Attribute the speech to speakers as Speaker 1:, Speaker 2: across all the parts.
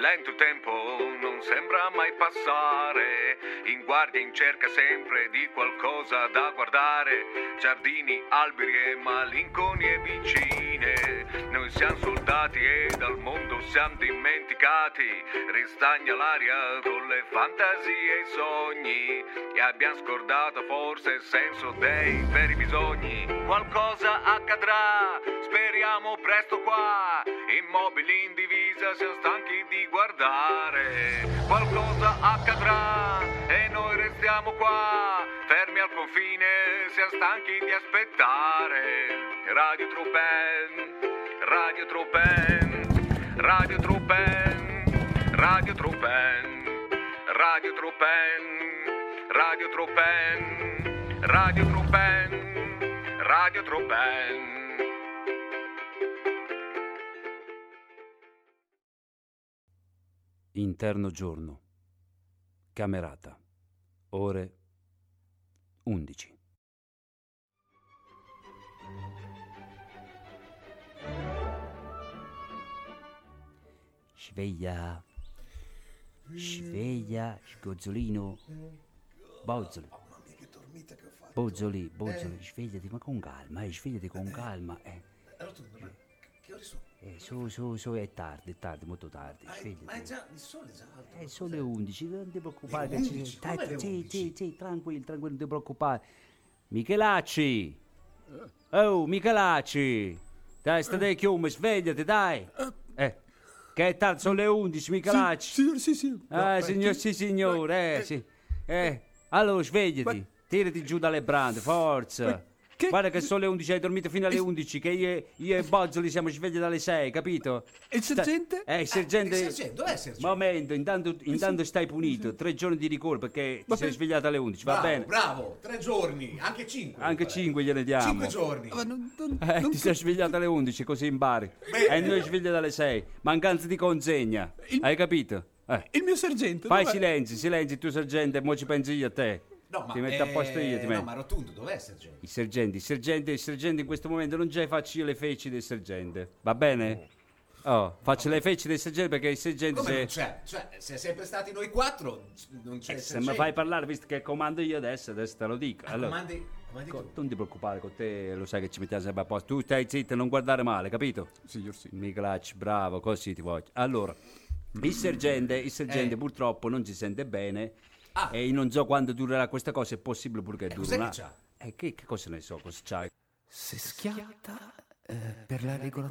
Speaker 1: lento il tempo, non sembra mai passare. In guardia, in cerca sempre di qualcosa da guardare. Giardini, alberi e malinconie vicine. Noi siamo soldati e dal mondo siamo dimenticati. Ristagna l'aria con le fantasie e i sogni. E abbiamo scordato forse il senso dei veri bisogni. Qualcosa accadrà, speriamo presto qua. Immobili in divisa, siamo stanchi di guardare. Qualcosa accadrà e noi restiamo qua. Fermi al confine, siamo stanchi di aspettare. Radio Truppen, Radio Truppen, Radio Truppen, Radio Truppen, Radio Truppen, Radio Truppen, Radio Truppen, Radio Truppen.
Speaker 2: Interno giorno. Camerata. Ore 11. Sveglia. Sveglia, sgozzolino. Bozzoli. Bozzoli, Bozzoli,
Speaker 3: Eh.
Speaker 2: svegliati, ma con calma, eh, svegliati con calma. Eh,
Speaker 3: Allora tu, ma che ore sono?
Speaker 2: eh, su, su, su, è tardi, è tardi, molto tardi,
Speaker 3: Ah, è- ma è
Speaker 2: svegliati.
Speaker 3: già il sole è già alto.
Speaker 2: Eh, sono le 11, non ti preoccupare.
Speaker 3: Le
Speaker 2: che ci-
Speaker 3: 11?
Speaker 2: dai,
Speaker 3: Come le
Speaker 2: sì,
Speaker 3: 11?
Speaker 2: sì, sì, tranquillo, tranquillo, non ti preoccupare. Michelacci! Oh, Michelacci! Dai, sta dai chiume, svegliati, dai! Eh, che è tardi, sono le 11,
Speaker 3: Ah,
Speaker 2: Michelacci!
Speaker 4: Signore, sì, sì.
Speaker 2: eh, signor, sì, signore, eh, sì. Eh, allora, svegliati, tirati giù dalle brande, forza!
Speaker 4: che-
Speaker 2: Guarda che sono le 11, hai dormito fino alle 11, che io, io e Bozzoli siamo svegli dalle 6, capito?
Speaker 4: E il
Speaker 5: Cioè,
Speaker 4: sergente?
Speaker 2: Eh, il sergente...
Speaker 3: Eh, il sergente, dov'è il sergente?
Speaker 2: Momento, intanto, intanto stai punito, tre giorni di ricor perché ti sei svegliato alle 11, va
Speaker 3: bravo,
Speaker 2: bene?
Speaker 3: bravo, tre giorni, anche cinque.
Speaker 2: Anche
Speaker 3: mi pare.
Speaker 2: 5 gliene diamo.
Speaker 3: Cinque giorni.
Speaker 4: Ma non, non-
Speaker 2: Eh,
Speaker 4: non
Speaker 2: ti sei svegliato alle 11 così impari.
Speaker 3: Beh.
Speaker 2: E noi svegliati alle 6, mancanza di consegna,
Speaker 4: Il-
Speaker 2: hai capito? Eh,
Speaker 4: Il mio sergente.
Speaker 2: Fai
Speaker 4: dov'è?
Speaker 2: silenzio, silenzio, tu sergente, mo ci penso io a te.
Speaker 3: No, ma,
Speaker 2: ti metto a posto io, ti
Speaker 3: eh,
Speaker 2: metto.
Speaker 3: No, ma rotondo, dov'è il sergente?
Speaker 2: Il sergente, il sergente, il sergente in questo momento non già faccio io le feci del sergente, va bene? Oh, faccio le feci del sergente perché il sergente
Speaker 3: Come
Speaker 2: se...
Speaker 3: non c'è? Cioè, se è sempre stati noi quattro, non c'è il
Speaker 2: Eh, Se mi
Speaker 3: sergente.
Speaker 2: fai parlare, visto che comando io adesso, adesso te lo dico.
Speaker 3: Ah,
Speaker 2: Allora,
Speaker 3: comandi, comandi
Speaker 2: co-
Speaker 3: tu.
Speaker 2: non ti preoccupare, con te lo sai che ci mettiamo sempre a posto. Tu stai zitto, non guardare male, capito?
Speaker 4: Signor, sì.
Speaker 2: Michelacci, bravo, così ti voglio. Allora, il sergente, il sergente
Speaker 3: Eh.
Speaker 2: purtroppo non si sente bene
Speaker 3: Ah.
Speaker 2: e io non so quanto durerà questa cosa, è possibile pure che duri
Speaker 3: cos'è
Speaker 2: una...
Speaker 3: che c'ha?
Speaker 2: Eh, che, che cosa ne so, cosa c'ha?
Speaker 6: Se schiatta eh, per la regola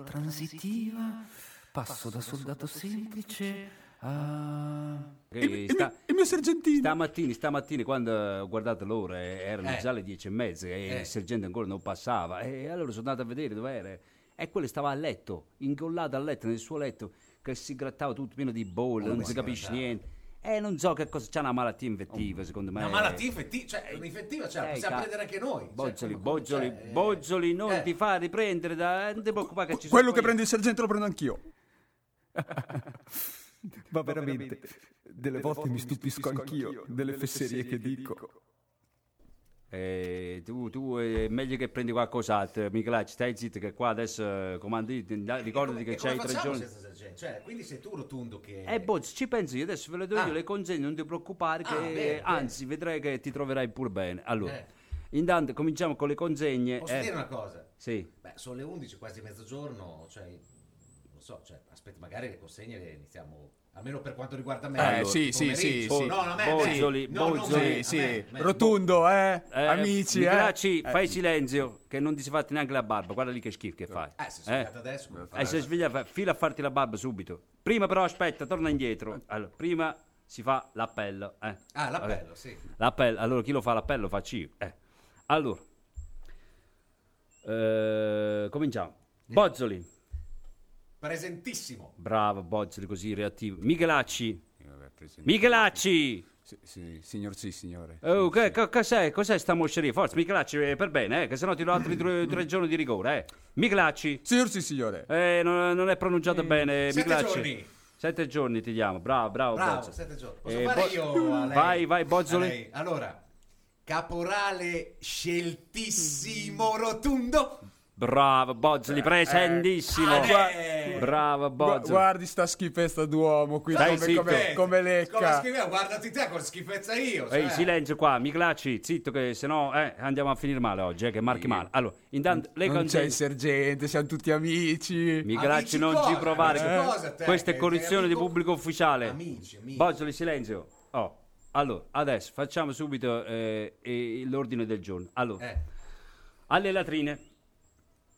Speaker 6: transitiva passo da soldato semplice a...
Speaker 2: Che
Speaker 4: Il, il
Speaker 2: sta-
Speaker 4: mio, il mio sergentino.
Speaker 2: Stamattina, stamattina quando eh, ho guardato l'ora eh, erano
Speaker 3: Eh.
Speaker 2: già le dieci e mezza e
Speaker 3: Eh.
Speaker 2: il sergente ancora non passava e allora sono andato a vedere dove era e quello stava a letto, incollato a letto, nel suo letto, che si grattava tutto pieno di bolle, non
Speaker 3: come
Speaker 2: si
Speaker 3: si
Speaker 2: capisce
Speaker 3: grattava?
Speaker 2: niente. E non so che cosa, c'è una malattia infettiva secondo me.
Speaker 3: Oh, Una malattia infettiva, cioè, un'infettiva, cioè,
Speaker 2: Eh,
Speaker 3: possiamo
Speaker 2: ca-
Speaker 3: prendere anche noi. Cioè,
Speaker 2: Bozzoli,
Speaker 3: come- come-
Speaker 2: Bozzoli,
Speaker 3: cioè, eh,
Speaker 2: Bozzoli, non
Speaker 3: eh,
Speaker 2: ti fa riprendere, da, eh, non ti preoccupare che ci sono
Speaker 4: Quello che
Speaker 2: poi io.
Speaker 4: prende il sergente lo prendo anch'io. Ma veramente, delle volte mi stupisco anch'io delle fesserie che dico.
Speaker 2: Eh, tu, tu è meglio che prendi qualcos'altro, Michelacci, stai zitto che qua adesso eh, comandi, ti- ricordati
Speaker 3: come-
Speaker 2: che
Speaker 3: e
Speaker 2: c'hai
Speaker 3: come
Speaker 2: tre
Speaker 3: facciamo
Speaker 2: giorni.
Speaker 3: senza sergente? Cioè, quindi sei tu rotondo che...
Speaker 2: Eh, Boz, ci penso io, adesso ve le do
Speaker 3: Ah.
Speaker 2: io, le consegno, non ti preoccupare, che,
Speaker 3: Ah, bene, bene.
Speaker 2: anzi vedrai che ti troverai pur bene. Allora,
Speaker 3: Eh.
Speaker 2: intanto cominciamo con le consegne.
Speaker 3: Posso
Speaker 2: eh,
Speaker 3: dire una cosa?
Speaker 2: Sì,
Speaker 3: Beh, sono le 11, quasi mezzogiorno, cioè, non so, cioè, aspetta, magari le consegne le iniziamo, almeno per quanto riguarda me.
Speaker 4: Eh,
Speaker 3: il
Speaker 4: sì, sì,
Speaker 3: pomeriggio.
Speaker 4: sì, sì.
Speaker 3: No, no, a me, a me.
Speaker 2: Bozzoli,
Speaker 3: No, non
Speaker 2: Bozzoli,
Speaker 3: me, a
Speaker 4: Sì, boh. sì.
Speaker 3: me, a me.
Speaker 4: Rotondo, eh?
Speaker 2: Eh,
Speaker 4: Amici,
Speaker 2: Michelacci,
Speaker 4: eh?
Speaker 2: fai silenzio, che non ti si fate neanche la barba, guarda lì che schifo che fai.
Speaker 3: Eh, si è svegliato adesso. come fa?
Speaker 2: Eh, se sveglia, fa- fila a farti la barba subito. Prima però aspetta, torna indietro. Allora, prima si fa l'appello. eh.
Speaker 3: Ah, l'appello,
Speaker 2: Ok.
Speaker 3: sì.
Speaker 2: L'appello, allora chi lo fa l'appello lo faccio io. eh. Allora, eh, cominciamo. Bozzoli,
Speaker 3: Presentissimo.
Speaker 2: bravo Bozzoli così reattivo. Michelacci, Michelacci!
Speaker 4: signor sì, signore.
Speaker 2: Oh, che, co- cos'è, cos'è sta mosceria? Forza, Michelacci, eh, per bene, eh, che sennò ti do altri tre, tre giorni di rigore. Eh. Michelacci,
Speaker 4: Signor sì, signore.
Speaker 2: eh, non, non è pronunciato bene.
Speaker 3: Eh, sette
Speaker 2: Michelacci.
Speaker 3: giorni.
Speaker 2: Sette giorni ti diamo, bravo, bravo.
Speaker 3: Bravo,
Speaker 2: Bozzoli.
Speaker 3: sette giorni. Posso
Speaker 2: Eh,
Speaker 3: fare
Speaker 2: Bo-
Speaker 3: io a lei?
Speaker 2: Vai, vai, Bozzoli.
Speaker 3: A lei. Allora, caporale sceltissimo rotondo.
Speaker 2: Bravo Bozzoli,
Speaker 3: Eh,
Speaker 2: presendissimo.
Speaker 7: Gua-
Speaker 2: Bravo
Speaker 7: Gua-
Speaker 2: Bozzoli.
Speaker 7: guardi sta schifezza d'uomo qui
Speaker 2: Dai,
Speaker 7: come,
Speaker 2: zitto.
Speaker 7: come, come
Speaker 3: Come
Speaker 7: lecca.
Speaker 3: scriveva, guardati te con schifezza io.
Speaker 2: Ehi,
Speaker 3: cioè.
Speaker 2: silenzio qua, Miclacci, zitto che sennò eh, andiamo a finire male oggi, eh, che marchi male. Allora, intanto lei
Speaker 7: Non c'è il
Speaker 2: consente...
Speaker 7: sergente, siamo tutti amici.
Speaker 2: Miclacci
Speaker 3: Amici
Speaker 2: non
Speaker 3: cosa?
Speaker 2: ci provare,
Speaker 3: Amici
Speaker 2: che-
Speaker 3: cosa, te?
Speaker 2: questa è
Speaker 3: Che
Speaker 2: corruzione
Speaker 3: sei
Speaker 2: di
Speaker 3: amico?
Speaker 2: pubblico ufficiale.
Speaker 3: Amici, amici. Eh,
Speaker 2: Bozzoli, silenzio. Oh, allora, adesso facciamo subito eh, eh, l'ordine del giorno. Allora,
Speaker 3: Eh,
Speaker 2: alle latrine,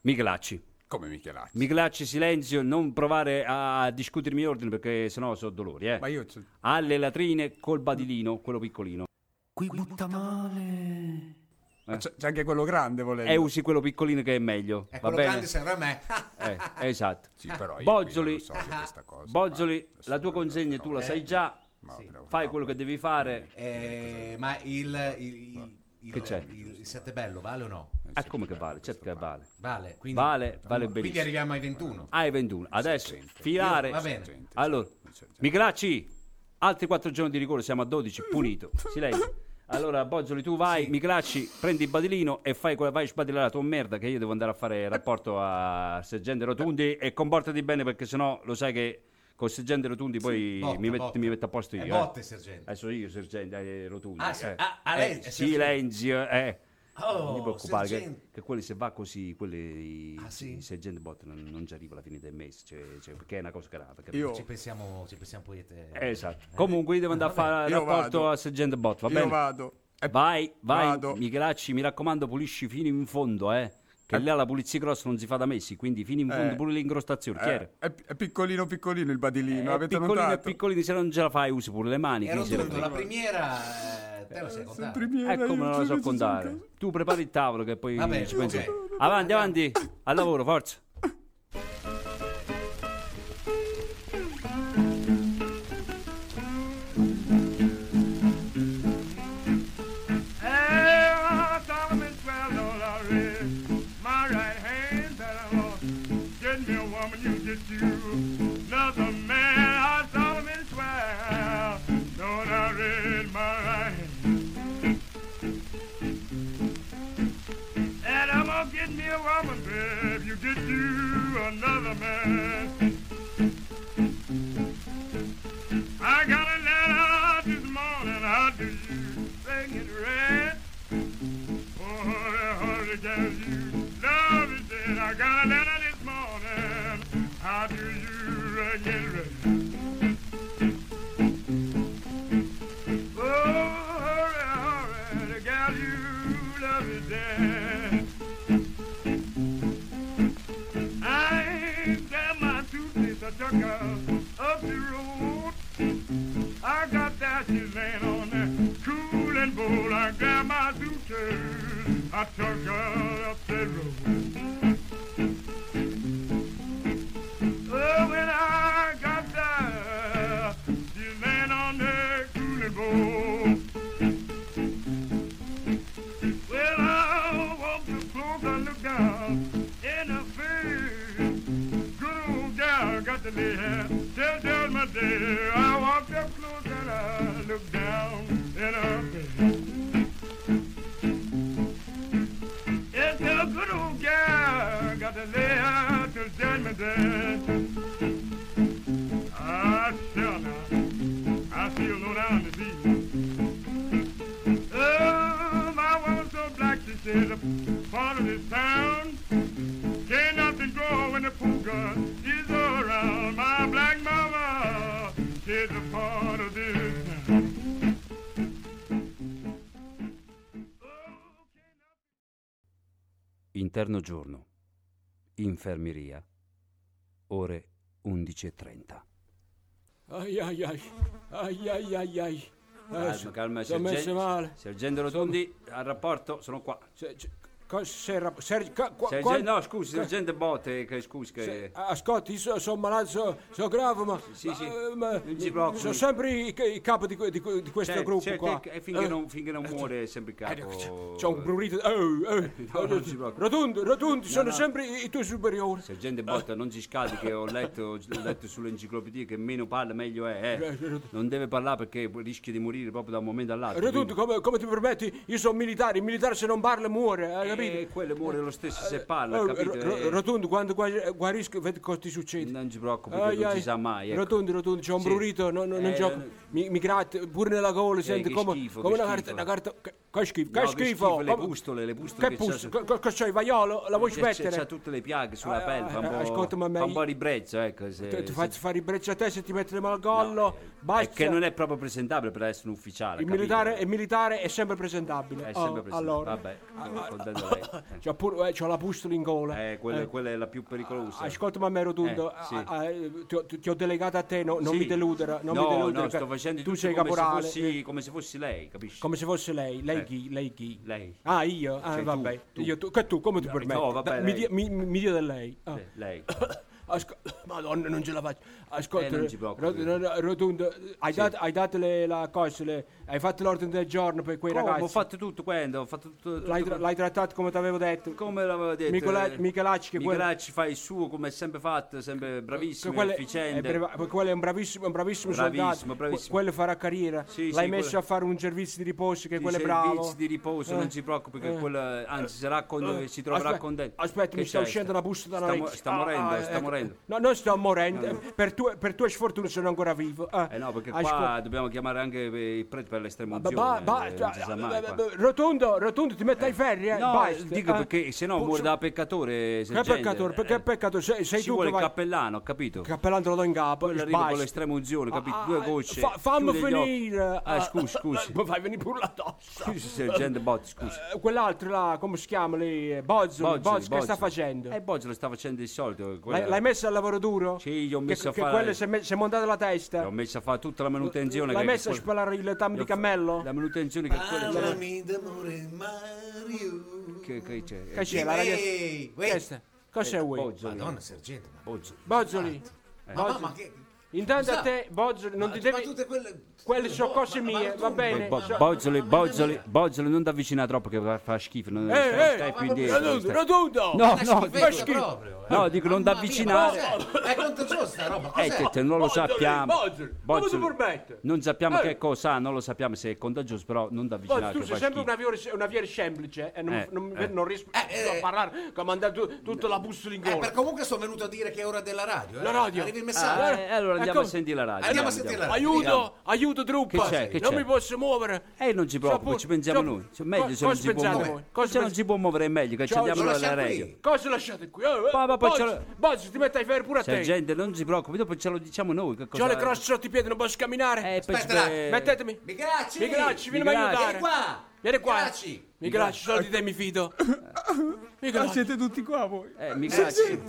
Speaker 2: Miclacci.
Speaker 5: Come Michelacci?
Speaker 2: Miclacci, silenzio, non provare a discutermi ordine perché sennò so dolori, eh.
Speaker 7: Ma io c'ho-
Speaker 2: Alle latrine col badilino, quello piccolino.
Speaker 6: Qui butta male.
Speaker 2: Eh.
Speaker 7: ma c'è, c'è anche quello grande volendo.
Speaker 2: E Eh, usi quello piccolino che è meglio.
Speaker 3: è
Speaker 2: va
Speaker 3: quello
Speaker 2: bene?
Speaker 3: grande serve a me.
Speaker 2: Eh, esatto.
Speaker 5: Sì, però io
Speaker 2: Bozzoli- eh,
Speaker 5: qui non lo so di questa cosa.
Speaker 2: Bozzoli,
Speaker 5: Guarda,
Speaker 2: la tua
Speaker 5: adesso
Speaker 2: consegna
Speaker 5: no,
Speaker 2: tu la
Speaker 5: eh,
Speaker 2: sai già,
Speaker 5: ma però-
Speaker 2: fai
Speaker 5: no,
Speaker 2: quello che devi fare.
Speaker 3: Eh, ma il, il, il, il,
Speaker 2: Che c'è?
Speaker 3: il- il sette bello vale o no?
Speaker 5: eh,
Speaker 2: Ah,
Speaker 5: sì,
Speaker 2: come che
Speaker 5: certo,
Speaker 2: vale?
Speaker 5: questo
Speaker 2: Certo che vale.
Speaker 3: Vale, quindi,
Speaker 2: Vale, vale
Speaker 3: quindi
Speaker 2: benissimo. Ah,
Speaker 3: arriviamo ai 21.
Speaker 2: Hai 21. Adesso,
Speaker 5: Sergente.
Speaker 2: filare.
Speaker 3: Io- va bene.
Speaker 5: Sergente,
Speaker 2: Allora,
Speaker 5: sergente.
Speaker 2: Miclacci, altri 4 giorni di rigore, siamo a 12, punito. Silenzio. Allora, Bozzoli, tu vai, Miclacci, prendi il badilino e fai quella, vai sbadillare la tua merda che io devo andare a fare rapporto a Sergente Rotundi e comportati bene perché sennò lo sai che con Sergente Rotundi poi
Speaker 3: botta,
Speaker 2: mi, met-
Speaker 3: botta.
Speaker 2: mi metto a posto io.
Speaker 3: È
Speaker 2: eh.
Speaker 3: botte, sergente.
Speaker 2: Adesso io, Sergente eh, Rotundi.
Speaker 3: Ah, sì.
Speaker 2: eh.
Speaker 3: Ah, ah, lei
Speaker 2: Eh,
Speaker 3: è sergente.
Speaker 2: silenzio, eh.
Speaker 3: Oh,
Speaker 2: non ti preoccupare, che,
Speaker 3: sergente.
Speaker 2: che quelli se va così, quelli
Speaker 3: Ah, sì?
Speaker 2: i sergenti bot non, non ci arriva alla fine del mese, cioè- cioè, perché è una cosa grave. capito?
Speaker 7: Io,
Speaker 3: Ci pensiamo, ci pensiamo poi a te.
Speaker 2: Eh.
Speaker 3: Eh,
Speaker 2: Esatto. Comunque io devo andare a fare
Speaker 7: Eh. io
Speaker 2: rapporto
Speaker 7: vado.
Speaker 2: a sergente bot, va
Speaker 7: io
Speaker 2: bene?
Speaker 7: vado. Eh,
Speaker 2: Vai, vai,
Speaker 7: Vado.
Speaker 2: Michelacci, mi raccomando, pulisci fino in fondo, eh. Che là la pulizia grossa non si fa da mesi, quindi fino in fondo
Speaker 7: Eh.
Speaker 2: pure le incrostazioni,
Speaker 7: eh,
Speaker 2: chiaro?
Speaker 7: è, è piccolino piccolino il badilino,
Speaker 2: Eh,
Speaker 7: avete
Speaker 2: piccolini e
Speaker 7: notato?
Speaker 2: piccolini, se non ce la fai usi pure le mani.
Speaker 3: È
Speaker 2: quindi se la
Speaker 3: rotondo,
Speaker 2: fai.
Speaker 3: la primiera eh, te la sei
Speaker 7: Sono
Speaker 3: contata.
Speaker 7: primiera,
Speaker 2: Ecco,
Speaker 7: io
Speaker 2: me
Speaker 7: non
Speaker 2: la so
Speaker 7: che ci sono
Speaker 2: contare.
Speaker 7: cose.
Speaker 2: Tu prepari il tavolo che poi
Speaker 3: Va bene,
Speaker 2: ci pensi.
Speaker 3: ok.
Speaker 2: Avanti, avanti, al lavoro, forza.
Speaker 8: My right hand that I lost. Get me a woman, you get you. Another man, I solemnly swear. Don't I read my right hand. And I'm gonna get me a woman, babe. You get you another man. I got a letter this morning. How do you think it read? Oh, hurry, hurry, girl, you love is dead. I got a letter this morning. How do you uh, get ready? Oh, hurry, hurry, girl, you love is dead. I ain't got my suitcase. I took her up the road. I got that she's laying on that cool and bold. I grabbed my suitcase. I took her up the road. Oh, when I got there, she's laying on that cool and bold. Well, I walked the close I looked down in her face. Good old gal got to lay here. Tell, tell my dear. I walked up close and I looked down in her face. Yes, tell good old gal got to lay here till judgment day. I shall not. I feel no down to Oh, my woman's so black she said, part of this town. Can't nothing grow when the puka is around. My black mama is a part of this town. Oh,
Speaker 2: Interno giorno. Infermeria. Ore 11.30.
Speaker 9: Ai ai ai, ai ai ai ai. Eh,
Speaker 2: Calma, calma,
Speaker 9: Ci ho messo
Speaker 2: sergente.
Speaker 9: male.
Speaker 2: Sergente Rotondi, al rapporto, sono qua.
Speaker 9: Se- se- cosa sei rap- sei- ca- qua-
Speaker 2: Sergente,
Speaker 9: quando-
Speaker 2: no, scusi,
Speaker 9: ca-
Speaker 2: sergente Botte, che scusi che...
Speaker 9: se- Ascolti, io sono malato, sono grave, ma,
Speaker 2: Sì,
Speaker 9: ma-
Speaker 2: sì.
Speaker 9: eh, ma-
Speaker 2: Non si preoccupi.
Speaker 9: sono sempre i- il capo di, que- di que- di questo
Speaker 2: Certo,
Speaker 9: gruppo
Speaker 2: certo,
Speaker 9: qua.
Speaker 2: e- e finché,
Speaker 9: Eh,
Speaker 2: non, finché non muore è sempre il
Speaker 9: eh,
Speaker 2: capo...
Speaker 9: C'ho un prurito. eh, eh,
Speaker 2: No, non si preoccupi.
Speaker 9: rotondi, rotondi, sono
Speaker 2: no.
Speaker 9: sempre i, i tuoi superiori.
Speaker 2: Sergente Botta, non si scaldi che ho letto, ho letto sull'enciclopedia che meno parla meglio è. eh. Non deve parlare perché rischia di morire proprio da un momento all'altro.
Speaker 9: Rotondi, come, come ti permetti? Io sono militare, il militare se non parla muore. eh,
Speaker 7: capito?
Speaker 2: E quello muore lo stesso se parla,
Speaker 7: Oh,
Speaker 2: capito?
Speaker 7: ro- ro-
Speaker 2: Eh,
Speaker 7: rotondo, quando gua- guarisco, vedi cosa ti succede.
Speaker 2: non ci preoccupi, che non si sa mai. ecco.
Speaker 7: Rotondo, rotondo, c'ho un
Speaker 2: Sì.
Speaker 7: prurito, no- no- non
Speaker 2: Eh,
Speaker 7: gioco.
Speaker 2: no. Eh,
Speaker 7: Mi, mi gratta pure nella gola, senti
Speaker 2: che
Speaker 7: come,
Speaker 2: schifo,
Speaker 7: come
Speaker 2: che
Speaker 7: una carta.
Speaker 2: schifo.
Speaker 7: Una carta che, che schifo,
Speaker 2: No,
Speaker 7: che schifo.
Speaker 2: le
Speaker 7: come-
Speaker 2: pustole, le pustole
Speaker 7: che
Speaker 2: c'ha-
Speaker 7: pustole? Co- co- Che c'hai, vaiolo? La vuoi
Speaker 2: c'ha- c'ha-
Speaker 7: smettere?
Speaker 2: C'ha tutte le piaghe sulla
Speaker 7: Ah,
Speaker 2: pelle, fa
Speaker 7: eh,
Speaker 2: un po',
Speaker 7: ascoltami, ma
Speaker 2: fa un
Speaker 7: io-
Speaker 2: po' di brezzo, ecco. se-
Speaker 7: Ti, ti
Speaker 2: se-
Speaker 7: faccio fare i breccia a te se ti metti le mani al collo. basta.
Speaker 2: eh, È che non è proprio presentabile per essere un ufficiale,
Speaker 7: il,
Speaker 2: capito?
Speaker 7: militare, il militare è sempre presentabile.
Speaker 2: È
Speaker 7: Oh,
Speaker 2: sempre presentabile.
Speaker 7: Allora.
Speaker 2: Vabbè, sono contento lei.
Speaker 7: C'ho, pure, eh, c'ho la pustola in gola.
Speaker 2: Eh, quella,
Speaker 7: Eh. Ah,
Speaker 2: quella è la più pericolosa.
Speaker 7: Ascoltami, me Rotondo,
Speaker 2: Eh, sì.
Speaker 7: a- a- ti, ho- ti ho delegato a te, no- non
Speaker 2: Sì.
Speaker 7: mi deludere. Non
Speaker 2: no,
Speaker 7: mi deludere
Speaker 2: no,
Speaker 7: che
Speaker 2: sto facendo
Speaker 7: tu
Speaker 2: tutto
Speaker 7: sei
Speaker 2: come
Speaker 7: caporale. Eh,
Speaker 2: se fossi, come se fossi lei, capisci?
Speaker 7: Come se fosse lei, lei
Speaker 2: Eh.
Speaker 7: chi? Lei chi?
Speaker 2: Lei.
Speaker 7: Ah, io? Ah,
Speaker 2: Sei tu,
Speaker 7: vabbè.
Speaker 2: tu.
Speaker 7: Io tu- che tu, come ti
Speaker 2: No,
Speaker 7: permetti?
Speaker 2: no, vabbè,
Speaker 7: Da- mi,
Speaker 2: lei.
Speaker 7: dia- mi, mi dia del lei. Ah.
Speaker 2: Eh, lei.
Speaker 7: Asco- Madonna, non ce la faccio. Ascolta,
Speaker 2: Eh, non ci preoccupi.
Speaker 7: Ro- ro- Rotondo, hai,
Speaker 2: Sì.
Speaker 7: dato, hai dato le, la cosa, le- hai fatto l'ordine del giorno per quei
Speaker 2: Come?
Speaker 7: ragazzi.
Speaker 2: Oh, Ho fatto tutto quello, ho fatto tutto... tutto
Speaker 7: l'hai, tra- l'hai trattato come ti avevo detto.
Speaker 2: Come l'avevo detto?
Speaker 7: Micola-
Speaker 2: eh,
Speaker 7: Michelacci, che quello-
Speaker 2: Michelacci fa il suo come è sempre fatto, sempre bravissimo,
Speaker 7: Quello è-
Speaker 2: efficiente.
Speaker 7: È eh, brava- perché quello è un bravissimo, un bravissimo,
Speaker 2: Bravissimo,
Speaker 7: soldato.
Speaker 2: bravissimo.
Speaker 7: Que- Quello farà carriera.
Speaker 2: Sì,
Speaker 7: L'hai
Speaker 2: sì,
Speaker 7: messo
Speaker 2: quello-
Speaker 7: a fare un servizio di riposo, che
Speaker 2: Di
Speaker 7: quello è
Speaker 2: servizi,
Speaker 7: bravo.
Speaker 2: di riposo,
Speaker 7: Eh.
Speaker 2: non si preoccupi che
Speaker 7: Eh.
Speaker 2: quello, anzi sarà con- si troverà
Speaker 7: Aspetta,
Speaker 2: contento.
Speaker 7: Aspetta,
Speaker 2: Che
Speaker 7: mi sta
Speaker 2: c'è?
Speaker 7: uscendo una busta
Speaker 2: Sta mo-
Speaker 7: dall'orecchio.
Speaker 2: Sta morendo,
Speaker 7: Ah, ah,
Speaker 2: sta
Speaker 7: ecco.
Speaker 2: morendo.
Speaker 7: No, non sto morendo. Per, tue, per tue sfortune sono ancora vivo. Ah,
Speaker 2: Eh no, perché qua
Speaker 7: ascol-
Speaker 2: dobbiamo chiamare anche il prete per
Speaker 7: Ba-
Speaker 2: l'estremozione.
Speaker 7: ba- ba-
Speaker 2: eh, non si sa mai
Speaker 7: ba-
Speaker 2: qua.
Speaker 7: ba- rotondo, rotondo, ti metto ai ferri, eh.
Speaker 2: No,
Speaker 7: basta.
Speaker 2: dico
Speaker 7: eh.
Speaker 2: perché se no
Speaker 7: Pu-
Speaker 2: muore da peccatore. eh,
Speaker 7: Che peccato, che peccato, sei, sei
Speaker 2: Ci
Speaker 7: tu
Speaker 2: vuole
Speaker 7: che
Speaker 2: il
Speaker 7: vai...
Speaker 2: cappellano, ho capito?
Speaker 7: Cappellano te lo do in capo,
Speaker 2: Quello arriva con
Speaker 7: basta.
Speaker 2: l'estrema unzione, capito?
Speaker 7: Ah,
Speaker 2: Due
Speaker 7: ah,
Speaker 2: gocce.
Speaker 7: fa- fammi
Speaker 2: chiude gli occhi.
Speaker 7: finire.
Speaker 2: Ah, scusi, scusi.
Speaker 7: Mi fai venire pure la tosse.
Speaker 2: Scusi, sergente Botti, scusi.
Speaker 7: Eh, Quell'altro là, come si chiama lì? Bozzo,
Speaker 2: Bozzoli,
Speaker 7: Bozzo, che sta
Speaker 2: Bozzoli.
Speaker 7: facendo?
Speaker 2: Eh, Bozzo lo sta facendo di solito. quella-
Speaker 7: L'hai, l'hai messo al lavoro duro?
Speaker 2: Sì, gli ho
Speaker 7: Che-
Speaker 2: messo a
Speaker 7: che
Speaker 2: fare-
Speaker 7: quello si è, me- si è montato la testa?
Speaker 2: L'ho messo a fare tutta la manutenzione.
Speaker 7: L'hai
Speaker 2: che-
Speaker 7: messo a
Speaker 2: quel-
Speaker 7: spalare il tam di
Speaker 2: L'ho fa-
Speaker 7: cammello?
Speaker 2: La manutenzione che quella...
Speaker 3: Parlami d'amore Mario.
Speaker 2: Che, che c'è?
Speaker 7: Ah, Che c'è la ragazza?
Speaker 3: Ehi, uè.
Speaker 7: Questa. Cos'è Wade?
Speaker 2: Bozzoli.
Speaker 3: Madonna, sergente. Ma,
Speaker 2: Bozzoli.
Speaker 7: Bozzoli.
Speaker 3: ma, no,
Speaker 7: Bozzoli.
Speaker 3: ma che...
Speaker 7: Intanto a
Speaker 3: Scusa,
Speaker 7: te, Bozzoli, non
Speaker 3: ma-
Speaker 7: ti
Speaker 3: ma
Speaker 7: Eh. devi... Eh,
Speaker 3: tutte quelle...
Speaker 7: Quelle sono
Speaker 3: Oh,
Speaker 7: cose
Speaker 3: ma- ma
Speaker 7: mie,
Speaker 3: tu-
Speaker 7: va bene.
Speaker 2: Bo-
Speaker 3: ma-
Speaker 7: so-
Speaker 2: Bozzoli,
Speaker 3: mamma mia.
Speaker 2: Bozzoli, Bozzoli, non ti avvicinare troppo che fa, fa schifo. Non,
Speaker 7: Eh,
Speaker 2: stai,
Speaker 7: eh,
Speaker 2: stai più
Speaker 3: ma-
Speaker 2: indietro.
Speaker 7: Rotondo,
Speaker 2: stai-
Speaker 7: rotondo!
Speaker 2: No,
Speaker 3: Una
Speaker 2: no,
Speaker 3: schifezza
Speaker 7: che schifo.
Speaker 3: proprio, eh.
Speaker 2: No, dico, non
Speaker 3: Mamma mia,
Speaker 2: t'avvicinare.
Speaker 3: ma cos'è? È contagiosa roba,
Speaker 2: Eh,
Speaker 3: cos'è?
Speaker 2: che te non lo
Speaker 7: Bozzoli,
Speaker 2: sappiamo.
Speaker 7: Bozzoli, come ti permette?
Speaker 2: Non sappiamo
Speaker 7: Eh.
Speaker 2: che cosa ha, non lo sappiamo se è contagioso, però non ti
Speaker 7: Poi
Speaker 2: avvicinare.
Speaker 7: tu
Speaker 2: che
Speaker 7: sei
Speaker 2: fa
Speaker 7: sempre
Speaker 2: schifo.
Speaker 7: una via, una via semplice e non,
Speaker 2: Eh,
Speaker 7: non-
Speaker 2: eh.
Speaker 7: non riesco a parlare, che ha mandato tu- tutta la bussola in
Speaker 3: Eh,
Speaker 7: gola.
Speaker 3: per comunque sono venuto a dire che è ora della radio. eh.
Speaker 7: La radio.
Speaker 3: Arriva il
Speaker 2: Ah,
Speaker 3: messaggio.
Speaker 2: eh, allora andiamo
Speaker 7: Ecco.
Speaker 2: a sentire la radio.
Speaker 3: Andiamo a sentire la radio.
Speaker 7: aiuto,
Speaker 3: Andiamo.
Speaker 7: aiuto
Speaker 2: Che
Speaker 7: truppa,
Speaker 2: c'è, che
Speaker 7: non
Speaker 2: c'è?
Speaker 7: mi posso muovere.
Speaker 2: E Eh, non ci preoccupa,
Speaker 7: So pur-
Speaker 2: ci pensiamo
Speaker 7: so-
Speaker 2: noi. Cioè, meglio
Speaker 7: co-
Speaker 2: se non si
Speaker 7: cosa
Speaker 2: può
Speaker 7: pensate
Speaker 2: muovere.
Speaker 7: voi? Cosa
Speaker 2: se non
Speaker 7: pensate-
Speaker 2: si può muovere è meglio, che ci
Speaker 7: Ciao,
Speaker 2: andiamo
Speaker 3: lo
Speaker 2: noi alla
Speaker 3: lasciamo
Speaker 2: radio.
Speaker 3: qui.
Speaker 7: Cosa lasciate qui? Eh, eh,
Speaker 2: Va, va, poi
Speaker 7: Bozzi,
Speaker 2: ce la-
Speaker 7: Bozzi, ti metti ai ferri pure a te.
Speaker 2: Sergente, Cioè, non si preoccupi, dopo ce lo diciamo noi. Che cosa...
Speaker 7: C'ho le croce sotto i piedi, non posso camminare.
Speaker 2: Eh, poi ci-
Speaker 3: Aspetta,
Speaker 2: eh,
Speaker 7: Mettetemi.
Speaker 3: Michelacci!
Speaker 7: Michelacci, vieni a
Speaker 2: Michelacci.
Speaker 7: aiutare.
Speaker 3: Vieni qua!
Speaker 7: Vieni qua.
Speaker 3: Michelacci.
Speaker 7: Michelacci, solo di te mi fido.
Speaker 5: Ah,
Speaker 7: Michelacci.
Speaker 5: siete tutti qua voi.
Speaker 2: Eh, Michelacci.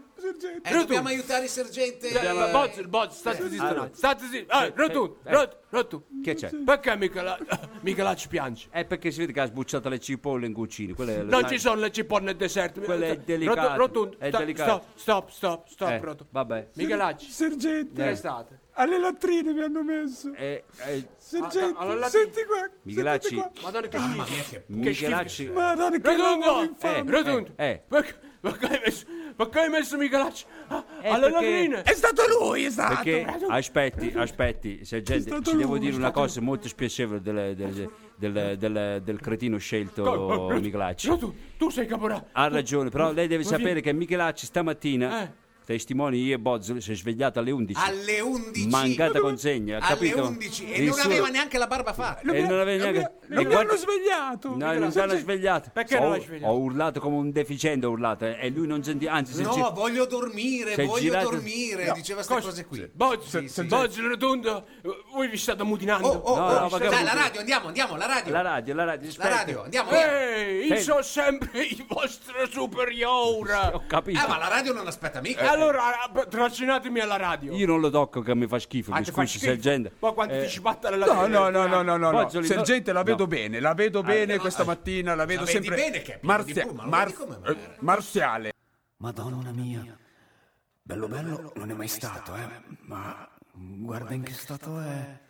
Speaker 5: Sergente.
Speaker 3: Eh, dobbiamo aiutare il sergente.
Speaker 7: Eh, Bozzi, Bozzi, state zitto.
Speaker 2: allora.
Speaker 7: State zitto. Eh, Rotu,
Speaker 2: eh.
Speaker 7: Rotu, Rotu.
Speaker 2: Che c'è?
Speaker 7: Perché Michelacci- Michelacci piange?
Speaker 2: È Eh, perché si vede che ha sbucciato le cipolle in cucina. quelle le
Speaker 7: Non
Speaker 2: sai-
Speaker 7: ci sono le cipolle nel deserto.
Speaker 2: Quello è
Speaker 7: Rotu-
Speaker 2: delicato,
Speaker 7: Rotondo,
Speaker 2: è
Speaker 7: sta-
Speaker 2: delicato.
Speaker 7: Stop, stop, stop, stop,
Speaker 2: Eh,
Speaker 7: Rotu.
Speaker 2: Vabbè.
Speaker 7: Michelacci,
Speaker 5: Sergente.
Speaker 7: che è stato?
Speaker 5: Alle latrine mi hanno messo.
Speaker 2: Eh, eh,
Speaker 5: Sergente.
Speaker 7: alla latrina.
Speaker 5: senti qua.
Speaker 2: Michelacci.
Speaker 5: sentite qua.
Speaker 7: Madonna che schifo.
Speaker 2: Michelacci.
Speaker 5: Madonna che lavoro
Speaker 7: Rotondo,
Speaker 5: infame.
Speaker 2: Eh,
Speaker 7: Rotondo.
Speaker 2: eh, eh.
Speaker 7: Perché perché hai messo, perché hai messo Michelacci? Ah,
Speaker 2: Eh,
Speaker 7: Alle
Speaker 2: perché-
Speaker 7: latrine.
Speaker 5: È stato lui, è stato.
Speaker 2: Perché aspetti, aspetti, sergente,
Speaker 5: stato
Speaker 2: ci devo
Speaker 5: lui,
Speaker 2: dire
Speaker 5: è
Speaker 2: una
Speaker 5: stato
Speaker 2: cosa molto spiacevole del,
Speaker 7: Eh.
Speaker 2: del- del- del- del cretino scelto Michelacci.
Speaker 7: Rotondo, tu sei caporale.
Speaker 2: Ha ragione, però lei deve
Speaker 7: Ma
Speaker 2: sapere
Speaker 7: vi-
Speaker 2: che Michelacci stamattina,
Speaker 7: Eh.
Speaker 2: testimoni io e Bozzoli, si è svegliato alle 11.
Speaker 3: Alle 11.
Speaker 2: Mancata consegna, ha
Speaker 3: Alle
Speaker 2: capito?
Speaker 3: 11. E
Speaker 2: Il
Speaker 3: non
Speaker 2: suo-
Speaker 3: aveva neanche la barba fatta.
Speaker 2: e non aveva
Speaker 5: Lo mi-
Speaker 2: neanche...
Speaker 5: lo
Speaker 2: e
Speaker 5: mi
Speaker 2: guarda-
Speaker 5: hanno svegliato.
Speaker 2: No, non l'hanno svegliato.
Speaker 7: Cioè, Perché
Speaker 2: ho,
Speaker 7: non l'hai svegliato?
Speaker 2: Ho urlato come un deficiente, ho urlato, eh, e lui non sentiva, anzi, si
Speaker 3: No,
Speaker 2: gi-
Speaker 3: voglio dormire,
Speaker 2: Sei
Speaker 3: voglio
Speaker 2: girato-
Speaker 3: dormire. Diceva queste cose qui.
Speaker 7: Bozzi, Bozzi, Rotondo, eh, voi vi state mutinando.
Speaker 3: Oh, oh,
Speaker 2: No,
Speaker 3: oh.
Speaker 2: no, ma che-
Speaker 3: Dai, la radio, andiamo, andiamo, la radio.
Speaker 2: la radio, la radio,
Speaker 3: La
Speaker 2: aspetta.
Speaker 3: radio,
Speaker 5: oh,
Speaker 3: andiamo. eh. andiamo.
Speaker 5: eh.
Speaker 7: Ehi, Eh, io
Speaker 2: Senti.
Speaker 7: sono sempre il vostro superiore.
Speaker 2: Ho capito.
Speaker 3: Ah, ma la radio non aspetta
Speaker 2: Eh,
Speaker 3: mica.
Speaker 7: Allora, ah, trascinatemi alla radio.
Speaker 2: Io non lo tocco che mi fa schifo,
Speaker 7: Ah,
Speaker 2: mi
Speaker 7: ti fa
Speaker 2: scusi,
Speaker 7: schifo.
Speaker 2: sergente. eh,
Speaker 7: Ma quando ti ci batta la
Speaker 5: No, no,
Speaker 7: Ah,
Speaker 5: no, no, no, no, no.
Speaker 2: Bozzoli, no.
Speaker 5: Sergente, la vedo
Speaker 2: No.
Speaker 5: bene, la vedo bene questa mattina, la vedo
Speaker 3: vedi
Speaker 5: sempre.
Speaker 3: bene che è pieno di
Speaker 5: Marzia-
Speaker 3: puma, lo
Speaker 5: mar-
Speaker 3: vedi come magari.
Speaker 5: eh, marziale.
Speaker 10: Madonna mia. Bello bello non è mai stato, eh. Ma guarda in che stato è.